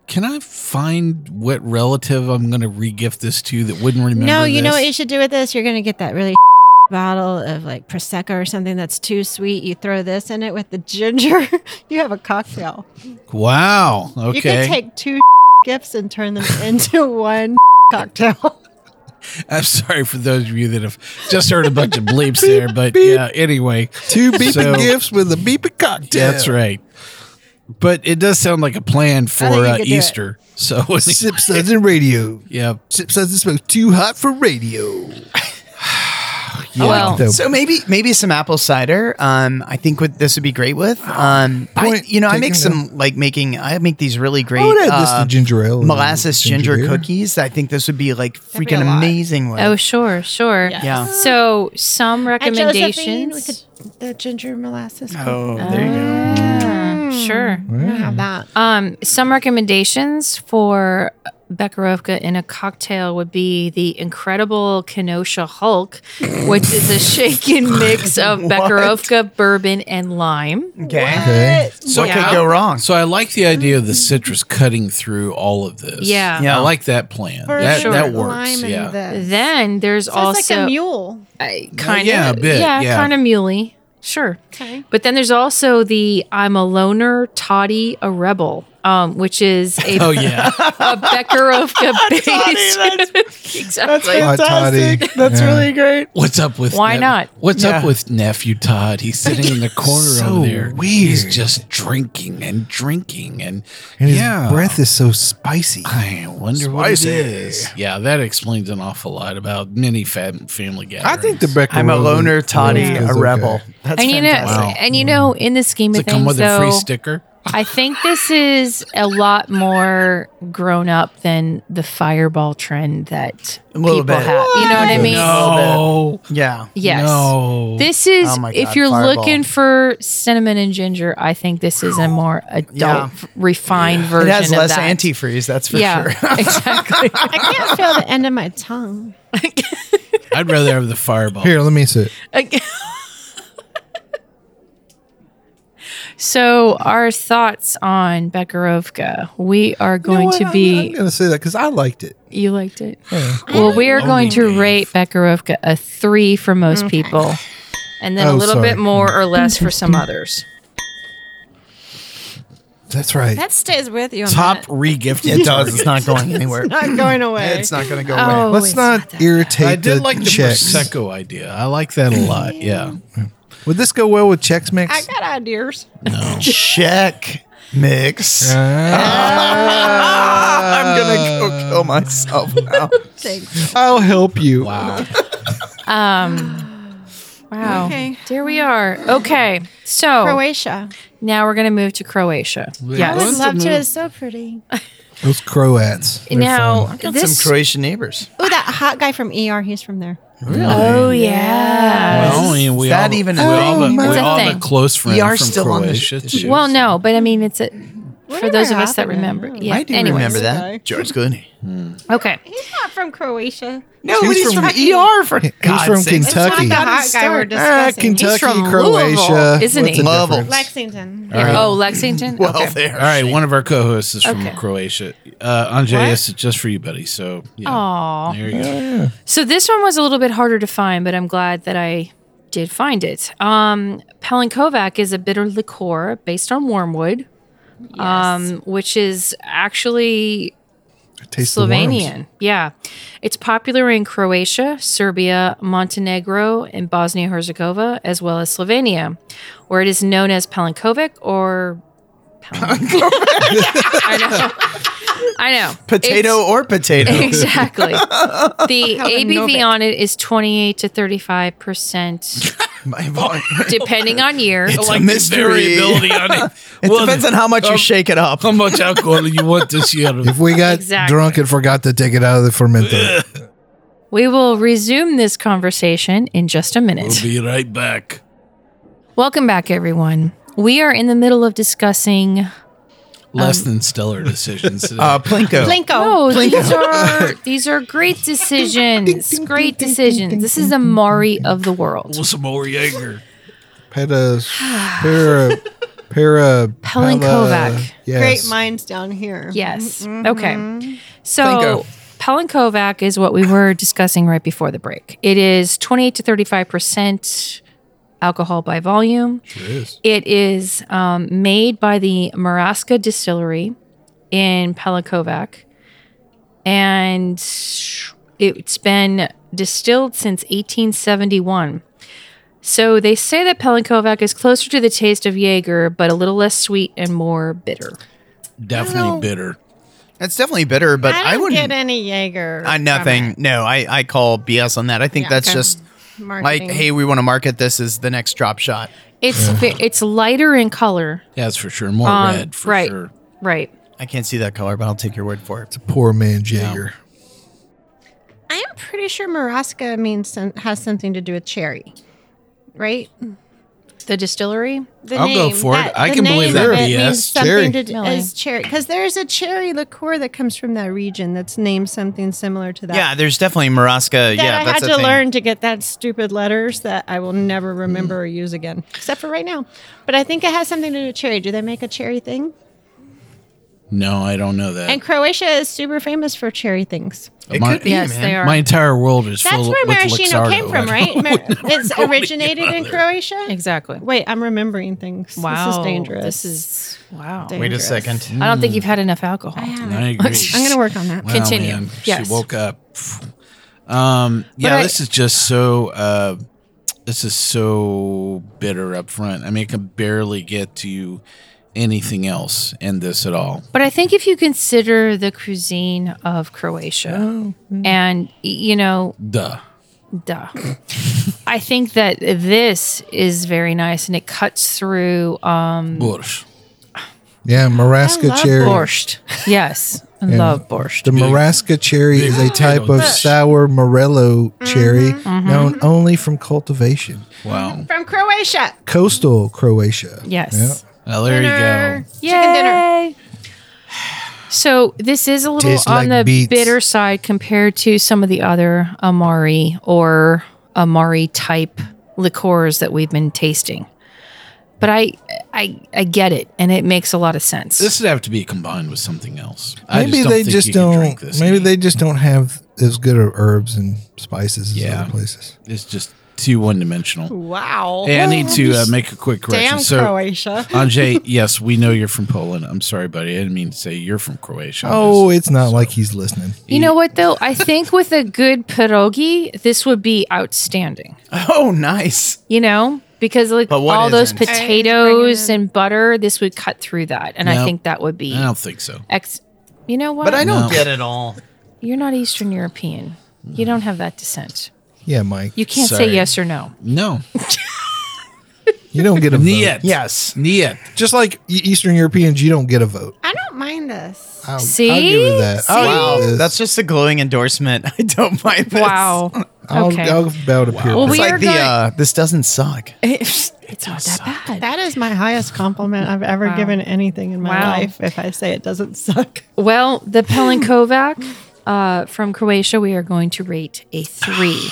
S4: can I find what relative I'm going to regift this to that wouldn't remember?
S6: No, you know
S4: this?"
S6: what you should do with this? You're going to get that really bottle of like Prosecco or something that's too sweet. You throw this in it with the ginger. you have a cocktail.
S4: Wow. Okay.
S6: You can take two gifts and turn them into one cocktail.
S4: I'm sorry for those of you that have just heard a bunch of bleeps there, but yeah, anyway.
S5: Two beeping
S4: So-
S5: gifts with a beeping cocktail.
S4: That's right. But it does sound like a plan for
S6: think you
S4: uh,
S6: could do it.
S4: Easter. So,
S5: Sip suds and radio.
S4: yeah.
S5: Sip suds and smoke. Too hot for radio.
S2: Oh, well,
S5: though.
S7: So maybe maybe some apple cider. Um, I think what this would be great with. Um, I,
S5: Point
S7: you know, I make
S5: taken,
S7: some like making. I make these really great.
S5: I would add this
S7: uh,
S5: to ginger ale. and
S7: molasses ginger,
S5: beer.
S7: cookies. I think this would be like
S6: That'd be
S7: freaking
S6: a lot.
S7: amazing. With.
S2: oh, sure, sure.
S6: Yes.
S7: Yeah.
S2: So, some
S6: And Josephine
S2: recommendations.
S6: with the, the ginger molasses.
S7: oh, there you go.
S6: uh,
S2: Ah, sure.
S6: Gonna
S4: Mm.
S6: have that.
S2: Um, some recommendations for Bekarovka in a cocktail would be the incredible Kenosha Hulk, which is a shaken mix of Bekarovka, bourbon, and lime.
S7: Okay.
S6: Uh,
S5: Okay.
S4: So,
S7: What could go wrong?
S4: so I like the idea of the citrus cutting through all of this.
S2: Yeah.
S4: I like that plan.
S6: For
S4: that
S6: sure.
S4: that works.
S6: Lime and
S4: Yeah.
S6: the-
S2: Then there's
S6: So
S2: also
S6: it's like a mule.
S2: I kind of
S4: yeah, a bit,
S2: yeah,
S4: yeah.
S2: kind of muley. Sure.
S6: Okay.
S2: But then there's also the I'm a loner, toddy, a rebel, um, which is a,
S4: Oh yeah.
S2: a Bekarovka based. exactly.
S5: Hot toddy.
S7: That's
S5: Yeah.
S7: really great.
S4: What's up with
S2: Why not?
S4: What's
S7: Yeah.
S4: up with nephew Todd? He's sitting in the corner
S7: So
S4: over there.
S7: weird.
S4: He's just drinking and drinking and,
S5: And his
S4: yeah.
S5: breath is so spicy.
S4: I wonder
S5: Spicy.
S4: what it is. Yeah, that explains an awful lot about many fam- family
S5: I
S4: gatherings.
S5: think the Becker.
S7: I'm a
S5: Road
S7: loner,
S5: is-
S7: toddy,
S5: is
S7: a
S5: okay.
S7: rebel. That's
S2: and you know,
S7: fantastic.
S2: and you know, in the scheme
S4: does
S2: of
S4: it come
S2: things,
S4: with a free
S2: though,
S4: sticker?
S2: I think this is a lot more grown up than the fireball trend that
S7: A little
S2: people
S7: bit.
S2: have. You know what I mean?
S4: No.
S7: Yeah.
S2: Yes.
S4: No.
S2: This is
S7: Oh my
S2: if
S7: God,
S2: you're
S7: Fireball.
S2: looking for cinnamon and ginger, I think this is a more adult,
S7: Yeah.
S2: refined version.
S7: It has
S2: of
S7: less
S2: that.
S7: antifreeze, that's for
S2: yeah,
S7: sure.
S2: exactly.
S6: I can't feel the end of my tongue.
S4: I'd rather have the fireball.
S5: Here, let me sit.
S2: Ag- so our thoughts on Bekarovka. We are going to be.
S5: I'm, going to say that because I liked it.
S2: you liked it. Well, we
S7: Oh
S2: are going to rate Bekarovka a three for
S7: Mm.
S2: most people, and then a
S5: Oh,
S2: little
S5: sorry.
S2: bit more or less for some others.
S5: That's right.
S6: That stays with you. a
S4: Top
S6: minute.
S4: regifted.
S7: It does. It's not going anywhere.
S6: Not going away.
S7: It's not going to go away.
S2: Oh,
S5: Let's
S2: it's
S5: not, irritate.
S4: I did
S5: the
S4: like the
S5: checks.
S4: prosecco idea. I like that a lot. Yeah.
S5: Would this go well with Chex Mix?
S6: I got ideas.
S7: Check mix. I'm going to go kill myself now.
S5: I'll help you.
S4: Wow.
S2: Wow.
S6: Okay.
S2: There we are. Okay. So
S6: Croatia.
S2: now we're going to move to Croatia.
S4: We're
S2: Yes.
S6: I would
S4: Lots of
S6: love to.
S4: moves.
S6: It's so pretty.
S5: Those Croats. They're
S6: Now,
S5: fun.
S7: Got
S6: This-
S7: some Croatian neighbors.
S6: Oh, that hot guy from ER. He's from there.
S7: Really?
S6: Oh yeah.
S4: Well, I mean, we
S7: That
S4: all,
S7: even
S4: we
S7: is-
S4: all,
S7: Oh,
S4: we
S2: that's a
S4: all have
S2: thing.
S4: a close friend
S7: We are
S4: from
S7: still on the
S4: Croatia.
S7: sh-
S4: too.
S2: Well, no, but I mean, it's a, for
S6: Whatever
S2: those of us that
S6: happened to
S2: remember.
S6: him?
S2: Yeah,
S7: I do
S2: anyways.
S7: remember that. George Clooney.
S2: Okay.
S6: He's not from Croatia.
S7: No,
S5: He's
S7: he's,
S5: from-
S7: from, ER for
S5: He's
S7: God's
S5: from
S7: sakes.
S5: Kentucky.
S6: The hot guy we're
S5: Ah,
S6: discussing.
S5: Kentucky,
S2: from
S5: Croatia.
S2: Louisville, isn't
S5: What's
S2: he?
S5: the
S7: Lovell.
S5: difference?
S6: Lexington.
S4: All right.
S2: Oh, Lexington?
S7: Well,
S2: okay.
S7: there.
S4: All right, one of our co-hosts is from
S2: Okay.
S4: Croatia. Uh, Anjay,
S2: What?
S4: this is just for you, buddy. So, yeah,
S2: Aw.
S4: there you go.
S2: So this one was a little bit harder to find, but I'm glad that I did find it. Um, Palankovac is a bitter liqueur based on wormwood, um, which is actually
S5: I taste the worms.
S2: Slovenian. Yeah. It's popular in Croatia, Serbia, Montenegro, and Bosnia Herzegovina, as well as Slovenia, where it is known as Palankovac or. Palankovac. I know. I know.
S7: Potato
S2: It's-
S7: or potato.
S2: Exactly. The
S6: Novik.
S2: ABV on it is 28 to 35 percent,
S7: My boy.
S2: depending on year.
S7: It's
S4: like the
S7: a mystery.
S4: variability on it.
S7: It
S4: Well,
S7: depends on how much you
S4: um,
S7: shake it up.
S4: How much alcohol you want this year?
S5: If we got
S2: Exactly.
S5: drunk and forgot to take it out of the fermenter,
S2: We will resume this conversation in just a minute.
S4: We'll be right back.
S2: Welcome back, everyone. We are in the middle of discussing.
S4: Less than stellar decisions. today.
S7: Uh, Plinko.
S6: Blinko.
S2: Oh, these are these are great decisions. Great decisions. This is the Mari of the world.
S4: With some more Jaeger.
S5: Peta, para, para,
S2: Pelinkovac.
S5: uh, Yes.
S6: Great minds down here.
S2: Yes. Okay. So Palankovac is what we were discussing right before the break. It is 28 to 35% alcohol by volume.
S5: Sure is.
S2: It is um, made by the Maraska Distillery in Palankovac. And it's been distilled since 1871. So they say that Pelinkovac is closer to the taste of Jaeger, but a little less sweet and more bitter.
S4: Definitely bitter.
S7: That's definitely bitter, but I,
S6: I don't
S7: wouldn't.
S6: get any Jaeger.
S7: Uh, nothing. No, I, I call BS on that. I think
S6: Yeah,
S7: that's
S6: okay.
S7: just
S6: from it.
S7: like, hey, we want to market this as the next drop shot.
S2: It's ve- it's lighter in color.
S4: Yeah, that's for sure. More
S2: Um,
S4: red for
S2: right.
S4: sure.
S2: Right.
S7: I can't see that color, but I'll take your word for it.
S5: Poor man Jaeger.
S6: I am pretty sure Maraska means some, has something to do with cherry, right?
S2: The distillery.
S6: The
S4: I'll go for it. I
S6: the
S4: can believe
S6: name
S4: that
S6: of
S4: would be
S6: it
S4: yes.
S6: means something
S5: Cherry.
S6: to do
S2: Really?
S6: is cherry because there's a cherry liqueur that comes from that region that's named something similar to that.
S7: Yeah, there's definitely Maraska.
S6: that
S7: yeah,
S6: I
S7: that's
S6: had
S7: a
S6: to
S7: thing. Mm.
S6: learn to get that stupid letters that I will never remember or use again, except for right now. But I think it has something to do with cherry. Do they make a cherry thing?
S4: No, I don't know that.
S6: And Croatia is super famous for cherry things.
S7: It
S4: my,
S7: could be,
S2: Yes,
S7: man.
S2: they are.
S4: my entire world is
S6: That's
S4: full
S6: where
S4: with
S6: maraschino
S4: Luxardo.
S6: came from, right? Mar- it's originated in Croatia.
S2: exactly.
S6: Wait, I'm remembering things.
S2: Wow.
S6: This is dangerous.
S2: This is wow.
S6: Dang.
S7: Wait a
S6: dangerous.
S7: second.
S2: I don't think you've had enough alcohol.
S6: I haven't.
S4: I agree.
S6: I'm going to work on that.
S4: Wow,
S2: Continue.
S4: man.
S2: Yes.
S4: She woke up. Um, yeah,
S2: I-
S4: this is just so. Uh, this is so bitter up front. I mean, I can barely get to anything else in this at all.
S2: But I think if you consider the cuisine of Croatia, and y- you know,
S4: Duh.
S2: duh, I think that this is very nice, and it cuts through
S5: Mm.
S2: um,
S4: Bush.
S5: Yeah,
S6: I
S5: Maraska
S6: love
S5: cherry.
S2: borscht. Yes, I love borscht.
S5: The Maraska cherry is a type of sour morello
S2: Mm-hmm.
S5: cherry known only from cultivation.
S4: Wow.
S6: From Croatia.
S5: Coastal Croatia.
S2: Yes.
S4: Well, there you
S6: Dinner.
S4: go.
S6: Chicken dinner.
S2: Yay. So this is a little
S5: Tastes
S2: on
S5: like
S2: the
S5: beets.
S2: bitter side compared to some of the other Amari or Amari type liqueurs that we've been tasting. But I I I get it and it makes a lot of sense.
S4: This would have to be combined with something else. I
S5: Maybe
S4: don't
S5: they
S4: think
S5: just
S4: you can
S5: don't.
S4: drink this
S5: maybe
S4: in.
S5: they just don't have as good of herbs and spices as
S4: Yeah.
S5: other places.
S4: It's just too one dimensional.
S6: Wow.
S4: Hey, I need to uh, make a quick correction.
S6: Damn
S4: so,
S6: Croatia.
S4: Anjay, yes, we know you're from Poland. I'm sorry, buddy. I didn't mean to say you're from Croatia. I'm
S5: Oh, it's not like he's listening.
S2: you know what though? I think with a good pierogi, this would be outstanding.
S7: Oh, nice.
S2: You know? Because like
S7: But what
S2: all those
S7: isn't?
S2: potatoes and butter, this would cut through that. And I
S4: Nope.
S2: think that would be
S4: I don't think so.
S2: ex you know what?
S7: But I don't
S4: No.
S7: get it all.
S2: You're not Eastern European. You don't have that descent.
S5: Yeah, Mike.
S2: You can't
S4: Sorry.
S2: say yes or no.
S4: No.
S5: You don't get a vote.
S4: Niet.
S7: Yes.
S4: Niet.
S5: Just like E- Eastern Europeans, you don't get a vote.
S6: I don't find us.
S5: I'll,
S6: See?
S5: I'll give her that. I'll
S7: Oh, wow,
S5: give her this.
S7: that's just a glowing endorsement. I don't mind this.
S2: Wow.
S5: I'll,
S2: Okay.
S5: I'll bow to peer
S2: Well,
S7: it's
S2: we
S7: like
S2: are
S7: the
S2: going-
S7: uh, this doesn't suck.
S2: it's not that bad.
S6: That is my highest compliment I've ever
S2: Wow.
S6: given anything in my
S2: Wow.
S6: life. If I say it doesn't suck,
S2: Well, the Pelinkovac uh, from Croatia, we are going to rate a three.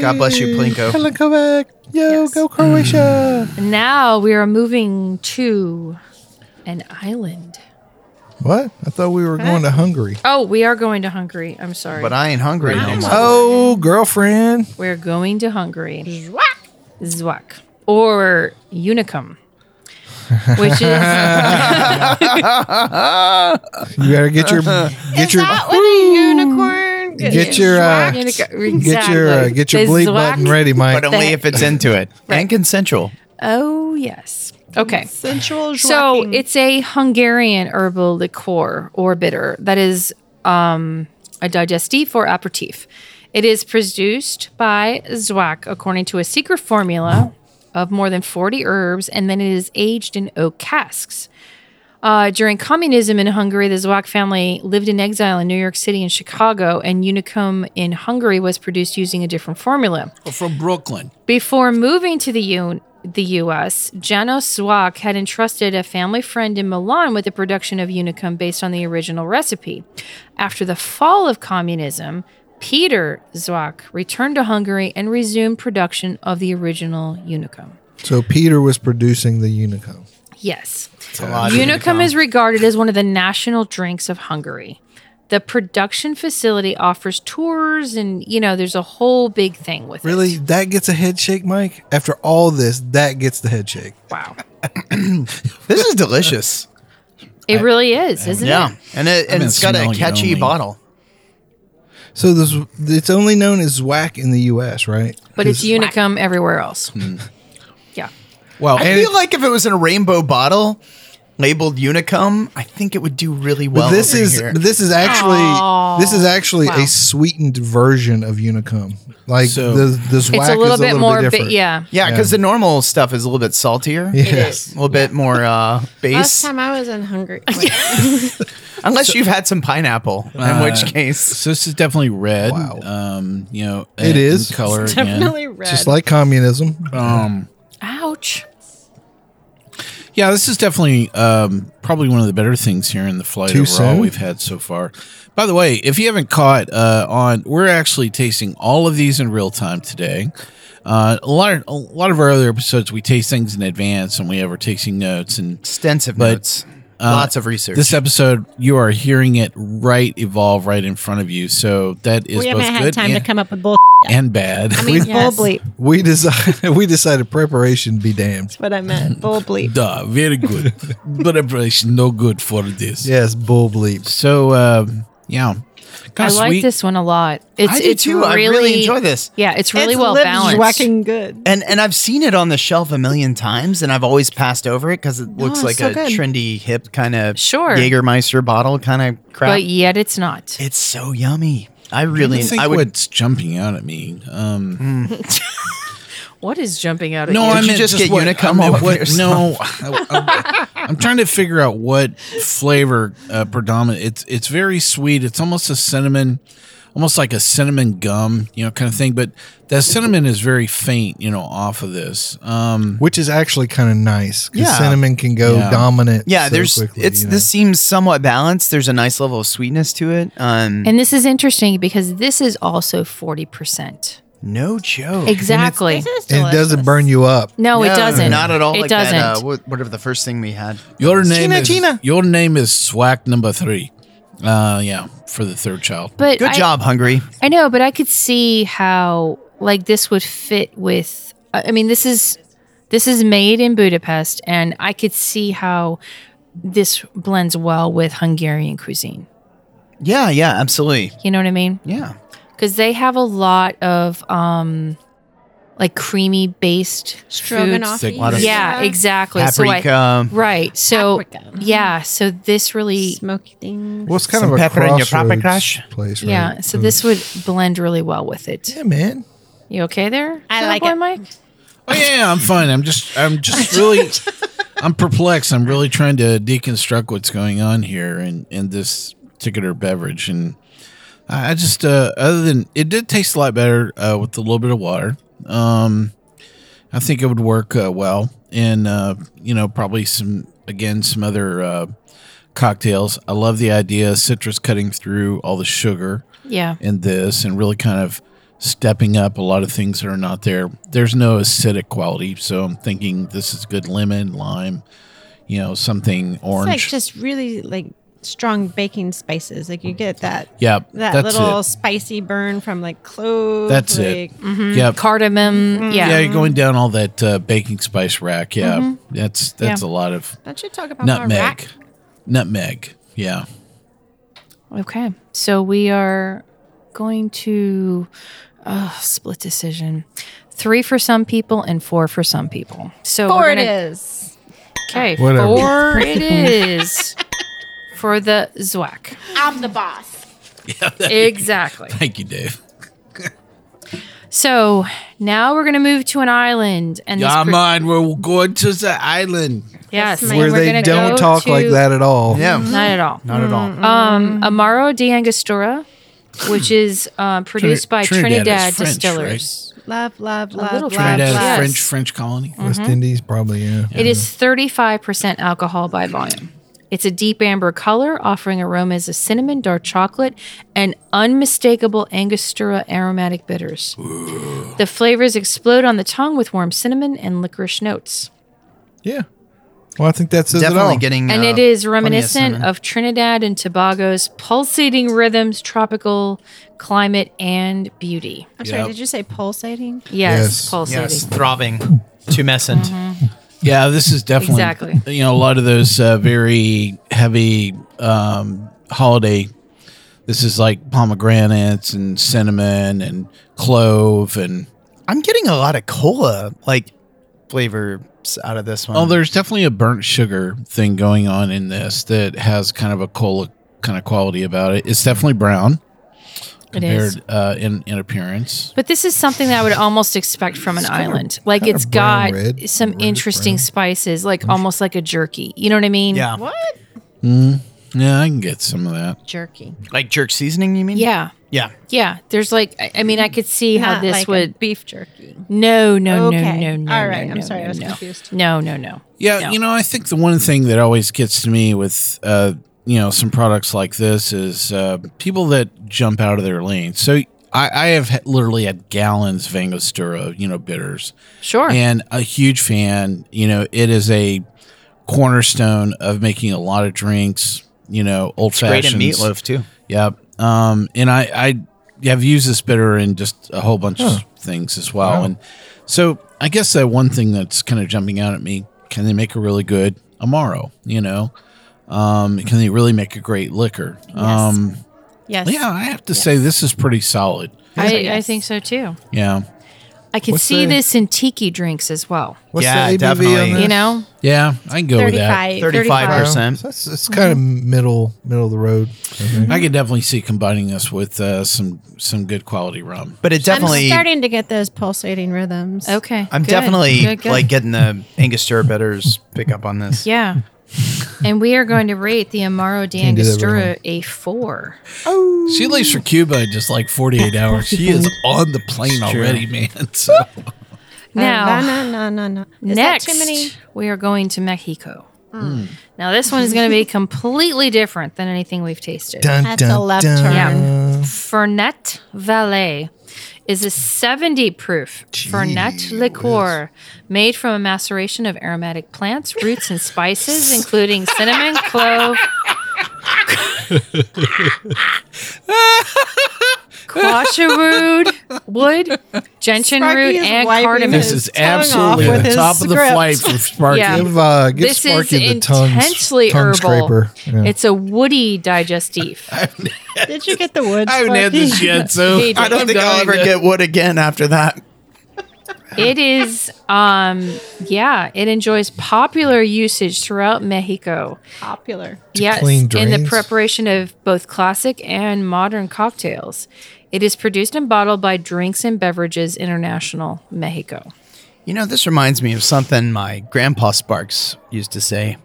S7: God bless you, Plinko.
S5: Helen, come back. Yo, go Croatia.
S2: now we are moving to an island.
S5: What? I thought we were going to Hungary.
S2: Oh, we are going to Hungary. I'm sorry.
S7: But I ain't hungry no more.
S5: Oh, girlfriend.
S2: We're going to Hungary. Zwak. Zwak. Or Unicum. Which
S5: You better get your
S7: Uh-huh.
S5: get your
S6: that what a unicorn?
S5: get your uh,
S2: is
S5: get your uh,
S2: Exactly.
S5: get your
S2: The
S5: bleed
S2: Zwak.
S5: button ready, Mike.
S7: But only if it's into it and consensual.
S2: Oh yes. Okay.
S6: sensual.
S2: So
S6: Zwacking.
S2: it's a Hungarian herbal liqueur or bitter that is um, a digestif or aperitif. It is produced by Zwak according to a secret formula of more than 40 herbs, and then it is aged in oak casks. Uh, during communism in Hungary, the Zwak family lived in exile in New York City and Chicago, and Unicum in Hungary was produced using a different formula.
S4: From Brooklyn.
S2: Before moving to the U- the U.S., Janos Zwak had entrusted a family friend in Milan with the production of Unicum based on the original recipe. After the fall of communism, Peter Zwak returned to Hungary and resumed production of the original Unicum.
S5: So Peter was producing the Unicum.
S2: Yes.
S7: a lot of
S2: Unicum is regarded as one of the national drinks of Hungary. The production facility offers tours and, you know, there's a whole big thing with it.
S5: Really, that gets a head shake, Mike. After all this, that gets the head shake.
S2: Wow.
S7: This is delicious.
S2: It really is, isn't it?
S7: yeah, and it
S4: I've
S7: and
S4: been
S7: it's got a
S4: smelling it
S7: catchy
S4: only.
S7: bottle.
S5: So this it's only known as Zwack in the U.S., right?
S2: but it's Unicum everywhere else.
S7: Hmm.
S2: Yeah.
S5: Oh,
S4: Well,
S7: I
S4: and
S7: feel
S4: it-
S7: like if it was in a rainbow bottle labeled Unicum, I think it would do really well.
S5: But this
S7: over
S5: is
S7: here.
S5: but this is actually
S2: Oh,
S5: this is actually
S2: wow.
S5: a sweetened version of Unicum. Like
S4: So-
S5: the the Zwack
S2: It's a
S5: is
S2: little bit more, bi-
S5: different.
S2: yeah.
S7: yeah, because the normal stuff is a little bit saltier,
S5: Yes.
S7: a little bit more uh,
S6: last
S7: base.
S6: time I was in Hungary.
S7: Unless you've had some pineapple, in which case,
S4: so this is definitely red.
S5: Wow.
S4: Um, you know, in
S5: It is.
S4: color again.
S6: Definitely red.
S5: Just like communism.
S7: Uh,
S4: Um,
S2: Ouch.
S4: yeah, this is definitely um, probably one of the better things here in the flight
S5: Too
S4: overall
S5: soon?
S4: we've had so far. By the way, if you haven't caught uh, on, we're actually tasting all of these in real time today. Uh, a lot, of, a lot of our other episodes, we taste things in advance, and we have our tasting notes and
S7: extensive
S4: But,
S7: notes, lots of research.
S4: This episode, you are hearing it right evolve right in front of you. So that is
S6: we
S4: both
S6: haven't had
S4: good
S6: time
S4: and,
S6: to come up with bull.
S4: and bad.
S6: I mean, bull bleep.
S5: We decided we decided preparation be damned.
S6: That's what I meant. Bull bleep.
S4: Duh, very good. but it's no good for this.
S5: Yes, bull bleeps.
S4: So
S7: uh,
S4: um, yeah,
S2: I
S4: kind of
S2: like
S4: sweet.
S2: this one a lot. It's
S7: I do
S2: it's
S7: too.
S2: really,
S7: I really enjoy this.
S2: Yeah, it's really
S6: It's
S2: well
S6: lip
S2: balanced.
S6: Zwacking good.
S7: and and I've seen it on the shelf a million times, and I've always passed over it because it looks
S6: it's
S7: like
S6: so
S7: a
S6: good.
S7: trendy, hip kind of
S2: Sure.
S7: Jägermeister bottle kind of crap.
S2: But yet it's not.
S7: it's so yummy. I
S4: I
S7: really,
S4: think
S7: I would.
S4: what's jumping out at me. Um,
S2: What is jumping out at
S4: No,
S2: you?
S4: I
S7: you
S4: meant
S7: just get
S4: what-
S7: Unicum
S4: I meant
S7: all over
S4: what-
S7: yourself?
S4: No, I, am trying to figure out what flavor uh, predominant. It's it's very sweet. It's almost a cinnamon, almost like a cinnamon gum, you know, kind of thing. But that cinnamon is very faint, you know, off of this. Um,
S5: Which is actually kind of nice because
S7: Yeah.
S5: cinnamon can go
S4: Yeah.
S5: dominant.
S7: yeah,
S5: so
S7: there's
S5: quickly,
S7: it's
S5: you know.
S7: this seems somewhat balanced. There's a nice level of sweetness to it. Um,
S2: and this is interesting because this is also 40%.
S7: no joke.
S2: Exactly.
S5: and it doesn't burn you up.
S2: no, Oh, it doesn't.
S7: Not at all.
S2: It
S7: like
S2: doesn't.
S7: That, uh, what, whatever the first thing we had.
S4: your name
S7: Tina,
S4: is
S7: Tina.
S4: your name is Swack number three. Uh, yeah, for the third child.
S2: but
S7: Good
S2: I-
S7: job, Hungry.
S2: I know, but I could see how like this would fit with. I I mean, this is this is made in Budapest, and I could see how this blends well with Hungarian cuisine.
S7: Yeah, yeah, absolutely.
S2: You know what I mean?
S7: Yeah.
S2: Because they have a lot of um, like creamy based
S6: Stroganoff.
S4: Thick lot of-
S2: Yeah, exactly. So I,
S7: Paprika. um,
S2: right. So
S6: Paprika.
S2: yeah. So this really.
S6: Smoky things.
S5: Well, it's kind
S7: Some
S5: of a
S7: pepper in your proper
S5: crossroads
S7: crush?
S5: place, right?
S2: Yeah, so this would blend really well with it.
S5: Yeah, man.
S2: You okay there?
S6: I like
S2: Cowboy
S6: it.
S2: Mike.
S4: Oh yeah, I'm fine. I'm just I'm just really I'm perplexed. I'm really trying to deconstruct what's going on here in, in this particular beverage. And I I just, uh, other than it did taste a lot better uh, with a little bit of water. Um, I think it would work uh, well. And, uh, you know, probably some, again, some other uh, cocktails. I love the idea of citrus cutting through all the sugar
S2: Yeah.
S4: in this and really kind of stepping up a lot of things that are not there. There's no acidic quality, so I'm thinking this is good lemon, lime, you know, something
S6: It's like
S4: orange.
S6: just really like strong baking spices. Like you get that.
S4: Yeah,
S6: That
S4: that's
S6: little
S4: it.
S6: spicy burn from like cloves.
S4: That's it.
S6: like, mm-hmm.
S4: Mhm. Yep.
S2: Cardamom. Yeah.
S4: yeah, you're going down all that uh, baking spice rack. Yeah,
S6: Mhm.
S4: that's that's
S2: Yeah.
S4: a lot of
S6: Don't you talk about my
S4: nutmeg.
S6: rack?
S4: Nutmeg. Yeah.
S2: Okay. So we are going to uh, split decision. Three for some people and four for some people. So
S6: Four
S2: we're
S6: it
S2: gonna-
S6: is.
S2: Okay.
S6: Whatever.
S2: Four it is for the Zwack.
S8: I'm the boss.
S4: yeah
S2: Exactly.
S4: Thank you, Dave.
S2: So now we're going to move to an island. And this
S4: yeah,
S2: per-
S4: man, we're going to the island.
S2: Yes,
S5: Where
S2: we're
S5: they
S2: gonna
S5: don't
S2: go
S5: talk like
S2: to-
S5: that at all.
S7: Yeah.
S2: Not at all.
S7: Not at all.
S2: Um, Amaro de Angostura, which is uh, produced by Trinidad,
S4: Trinidad is French,
S2: Distillers.
S6: Love, love, love,
S2: little
S6: love,
S4: Trinidad is
S6: love.
S4: French French colony.
S6: Mm-hmm.
S5: West
S2: Mhm.
S5: Indies, probably. Yeah.
S2: It is 35% alcohol by volume. It's a deep amber color, offering aromas of cinnamon, dark chocolate, and unmistakable Angostura aromatic bitters. The flavors explode on the tongue with warm cinnamon and licorice notes.
S5: Yeah. Well, I think that says it
S7: Definitely
S5: all.
S7: getting.
S2: and
S7: uh,
S2: it is
S7: plenty of
S2: reminiscent
S7: cinnamon.
S2: of Trinidad and Tobago's pulsating rhythms, tropical climate, and beauty.
S6: I'm sorry,
S7: Yep.
S6: did you say pulsating?
S2: Yes,
S5: Yes.
S2: pulsating.
S7: Yes, throbbing, tumescent.
S2: Mm-hmm.
S4: Yeah, this is definitely
S2: Exactly.
S4: You know, a lot of those uh, very heavy um, holiday. This is like pomegranates and cinnamon and clove and
S7: I'm getting a lot of cola like flavors out of this one.
S4: oh, there's definitely a burnt sugar thing going on in this that has kind of a cola kind of quality about it. It's definitely brown
S2: It is.
S4: compared uh, in in appearance.
S2: But this is something that I would almost expect from an island. Like
S5: kinda
S2: it's
S5: brown,
S2: got
S5: red,
S2: some interesting spices, like almost like a jerky. You know what I mean?
S7: Yeah.
S6: What?
S4: Mm, yeah, I can get some of that.
S6: Jerky.
S7: like jerk seasoning, you mean?
S2: Yeah.
S7: Yeah.
S2: Yeah. There's like, I, I mean, I could see how
S6: Not
S2: this
S6: like a
S2: would.
S6: beef jerky.
S2: No, no,
S6: Okay.
S2: no, no, no.
S6: All
S2: no,
S6: right. I'm
S2: no,
S6: sorry, I
S2: no,
S6: was
S2: no.
S6: confused.
S2: No, no, no.
S4: Yeah,
S2: No.
S4: you know, I think the one thing that always gets to me with uh, you know some products like this is uh, people that jump out of their lane. So I, I have ha- literally had gallons of Angostura, you know, bitters,
S2: Sure.
S4: and a huge fan. You know, it is a cornerstone of making a lot of drinks. You know, old
S7: It's great in
S4: fashioned
S7: meatloaf too.
S4: Yep. Um, and I, I have used this bitter in just a whole bunch
S5: Huh.
S4: of things as well. And so I guess that one thing that's kind of jumping out at me, can they make a really good Amaro, you know? Um, can they really make a great liquor? Um,
S6: Yes.
S4: yeah, I have to say this is pretty solid.
S2: I, I
S6: Yes.
S2: think so too.
S4: Yeah.
S2: I could
S5: What's
S2: see
S5: the-
S2: this in tiki drinks as well.
S5: What's
S7: Yeah,
S5: the ABV
S7: definitely.
S5: on
S7: You
S5: this?
S2: You know,
S4: Yeah, I can go with that.
S6: 35.
S7: 35%.
S5: So that's, it's kind of middle middle of the road.
S4: I could definitely see combining this with uh, some some good quality rum.
S7: But it definitely
S6: I'm starting to get those pulsating rhythms.
S2: okay.
S7: I'm
S2: good,
S7: definitely
S2: good, good.
S7: like getting the Angostura bitters pick up on this.
S2: yeah. and we are going to rate the Amaro de
S5: Can't do that very
S2: Angostura a four.
S4: She leaves for Cuba in just like 48 hours. She is on the plane already, man. So
S2: Now,
S6: Uh, no, no, no, no. Is
S2: next,
S6: that too many?
S2: we are going to Mexico.
S6: Hmm.
S2: Now, this one is going to be completely different than anything we've tasted.
S5: Dun,
S6: That's a left turn.
S2: Yeah. Fernet Valet is a 70 proof Fernet liqueur made from a maceration of aromatic plants, roots, and spices, including cinnamon, clove, quasharood, wood, gentian
S6: Sparky
S2: root,
S6: is
S2: and
S6: wiping
S2: cardamom.
S4: this
S6: his
S4: is
S6: tongue
S4: absolutely
S6: off with
S4: the
S6: his
S4: top of the
S6: script.
S4: flight for Sparky.
S2: Yeah.
S5: Give, uh, give
S2: this is
S5: Sparky the tongue,
S2: intensely
S5: tongue
S2: herbal.
S5: scraper. Yeah.
S2: It's a woody digestif.
S6: Did you get the wood?
S4: I haven't had this
S6: Sparky?
S4: yet, so
S2: He did.
S7: I don't think I'll ever get wood again after that.
S2: It is, um, yeah, it enjoys popular usage throughout Mexico.
S6: Popular.
S2: Yes,
S5: clean
S2: in the
S5: drains?
S2: preparation of both classic and modern cocktails. It is produced and bottled by Drinks and Beverages International, Mexico.
S7: You know, this reminds me of something my grandpa Sparks used to say.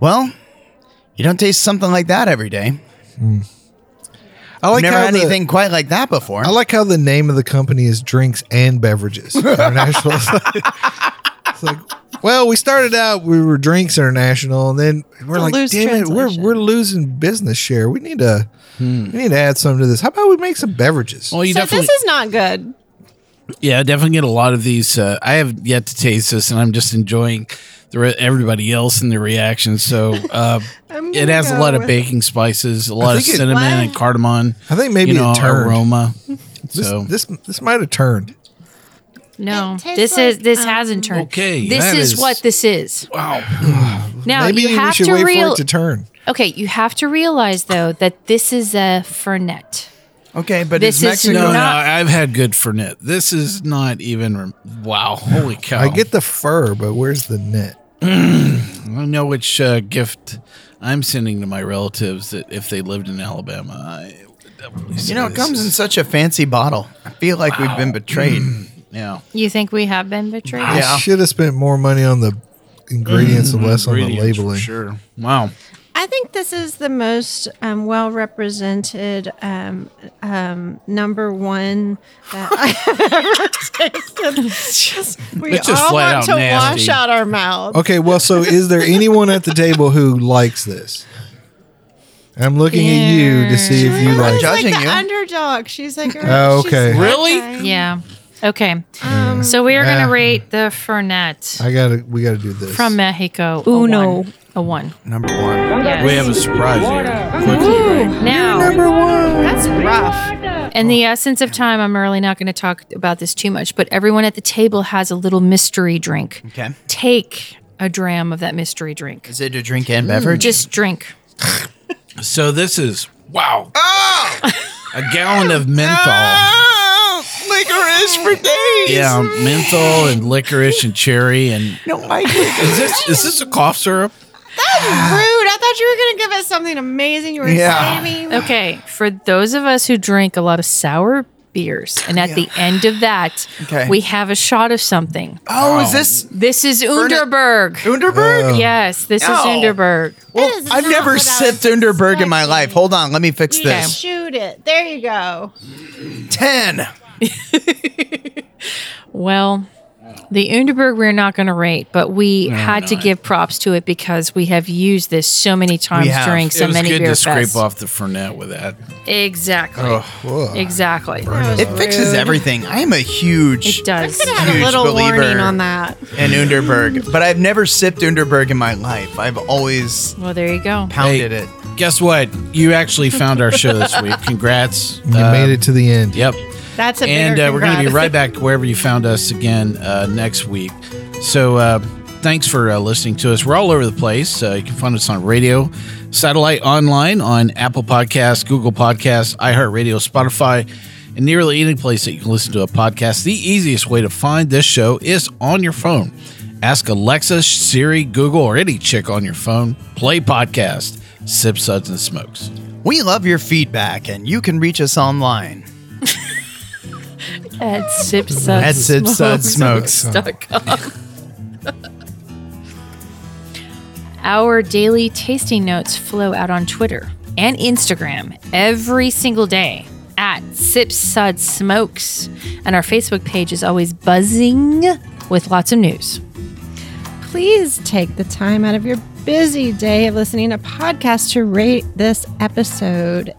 S7: Well, you don't taste something like that every day.
S5: I like
S7: never
S5: how
S7: had
S5: the-
S7: anything quite like that before.
S5: I like how the name of the company is Drinks and Beverages International. it's, like, it's like, well, we started out we were Drinks International, and then we're
S6: Don't
S5: like,
S6: lose
S5: damn it, we're we're losing business share. We need to we need to add something to this. How about we make some beverages?
S4: Well, you
S6: so
S4: definitely,
S6: this is not good.
S4: yeah, I definitely get a lot of these. Uh, I have yet to taste this, and I'm just enjoying the re- everybody else and their reactions. So uh,
S6: I'm
S4: it
S6: gonna
S4: has a
S6: go
S4: lot of
S6: with-
S4: baking spices, a lot of
S5: think it-
S4: cinnamon and cardamom.
S5: I think maybe
S4: you know,
S5: it turned.
S4: aroma.
S5: this,
S4: So
S5: this this might have turned.
S2: No,
S6: It tastes
S2: this
S6: like,
S2: is this
S6: um,
S2: hasn't turned.
S4: Okay,
S2: this
S4: that
S2: is,
S4: is-
S2: what this is.
S4: wow,
S2: Now
S5: maybe
S2: you
S5: we
S2: have
S5: should
S2: to
S5: wait
S2: real-
S5: for it to turn.
S2: Okay, you have to realize though that this is a fernet.
S7: Okay, but
S2: This
S7: is
S2: is
S7: Mexico
S4: no, no,
S2: not-
S4: I've had good fernet. This is not even. Rem- wow, holy cow!
S5: I get the fur, but where's the net?
S4: I know which uh, gift I'm sending to my relatives that if they lived in Alabama, I would definitely
S7: You
S4: send
S7: know, it
S4: this.
S7: comes in such a fancy bottle. I feel like we've been betrayed.
S4: yeah.
S2: You think we have been betrayed?
S7: Yeah.
S5: I should have spent more money on the ingredients and less on the
S4: Ingredients, for
S5: labeling.
S4: Sure. Wow.
S6: I think this is the most um, well represented um, um, number one that I have ever tasted. Just- we
S4: It's just
S6: all
S4: flat
S6: want
S4: out
S6: to
S4: nasty.
S6: wash out our mouths.
S5: Okay, well, so is there anyone at the table who likes this? I'm looking at you to see if you
S6: Everyone's
S5: like.
S7: judging
S6: like the
S7: you.
S6: underdog. She's like,
S5: Oh, okay.
S4: Really?
S2: Yeah. Okay. so we are
S5: Yeah.
S2: gonna rate the fernet
S5: I gotta, we gotta do this.
S2: from Mexico. a
S6: Uno.
S2: one. A one.
S7: Number one.
S2: Yes.
S4: We have a surprise here. Quickly, right?
S2: now,
S6: That's rough.
S2: in the essence of time, I'm really not going to talk about this too much, but everyone at the table has a little mystery drink.
S7: Okay.
S2: Take a dram of that mystery drink.
S7: Is it a drink
S6: Mm.
S7: and beverage?
S2: Just drink.
S4: So this is wow.
S7: Oh!
S4: A gallon of menthol.
S7: licorice for days.
S4: Yeah, menthol and licorice and cherry and
S7: No, I.
S4: is this is this a cough syrup?
S6: Rude. I thought you were going to give us something amazing. You were
S7: Ah. Yeah.
S6: saving.
S2: Okay, for those of us who drink a lot of sour beers, and at the end of that,
S7: Okay.
S2: we have a shot of something.
S7: Oh, is this
S2: This is Underberg.
S7: Underberg?
S2: Yes, this is
S7: No.
S2: Underberg.
S7: well,
S6: is
S7: I've
S6: not
S7: never
S6: what I
S7: sipped
S6: was
S7: Underberg in my life. Hold on, let me fix
S6: Yeah,
S7: this.
S6: Shoot it. There you go.
S7: Ten.
S2: Well, the Underberg we're not going to rate, but we had to give props to it because we have used this so many times
S7: have.
S2: during so
S4: it was
S2: many
S4: good
S2: beer
S4: to scrape
S2: fests.
S4: off the fernet with that.
S2: Exactly. Exactly.
S7: It fixes everything. I am a huge
S2: It does.
S6: I had
S7: Huge
S6: a little
S7: believer.
S6: warning on that.
S7: in Underberg, but I've never sipped Underberg in my life. I've always
S2: Well, there you go.
S7: pounded it.
S4: Guess what? You actually found our show this week. Congrats.
S5: you made it to the end.
S4: Yep.
S6: That's a
S4: and
S6: bigger
S4: uh, we're going to be
S6: congrats.
S4: right back wherever you found us again uh, next week. So uh, thanks for uh, listening to us. We're all over the place. Uh, you can find us on radio, satellite, online, on Apple Podcasts, Google Podcasts, iHeartRadio, Spotify, and nearly any place that you can listen to a podcast. The easiest way to find this show is on your phone. Ask Alexa, Siri, Google, or any chick on your phone. Play podcast, sip suds and smokes.
S7: We love your feedback, and you can reach us online
S2: At Sip
S7: at
S2: Suds.
S7: Sip Sud Smokes.
S2: Our daily tasting notes flow out on Twitter and Instagram every single day at Sip Sud Smokes. And our Facebook page is always buzzing with lots of news.
S6: Please take the time out of your busy day of listening to podcasts to rate this episode.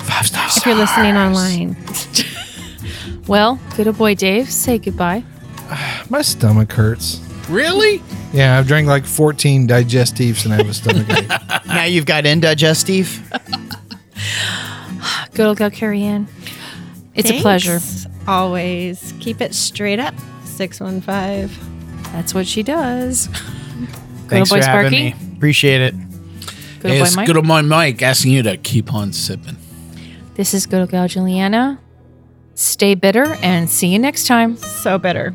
S6: Five stars. If you're listening online,
S2: Well, good old boy Dave, say goodbye.
S5: My stomach hurts.
S4: Really?
S5: Yeah, I've drank like 14 digestives and I have a stomach ache.
S7: Now you've got indigestive.
S2: Good old go carry in. It's a pleasure.
S6: Thanks. Always keep it straight up. Six one five.
S2: That's what she does. Good old
S7: Thanks
S2: boy
S7: for having
S2: Sparky.
S7: me. Appreciate it.
S2: Good
S4: Hey,
S2: old
S4: it's
S2: boy Mike.
S4: good on my mic asking you to keep on sipping.
S2: this is good old gal Juliana. Stay bitter and see you next time.
S6: So bitter.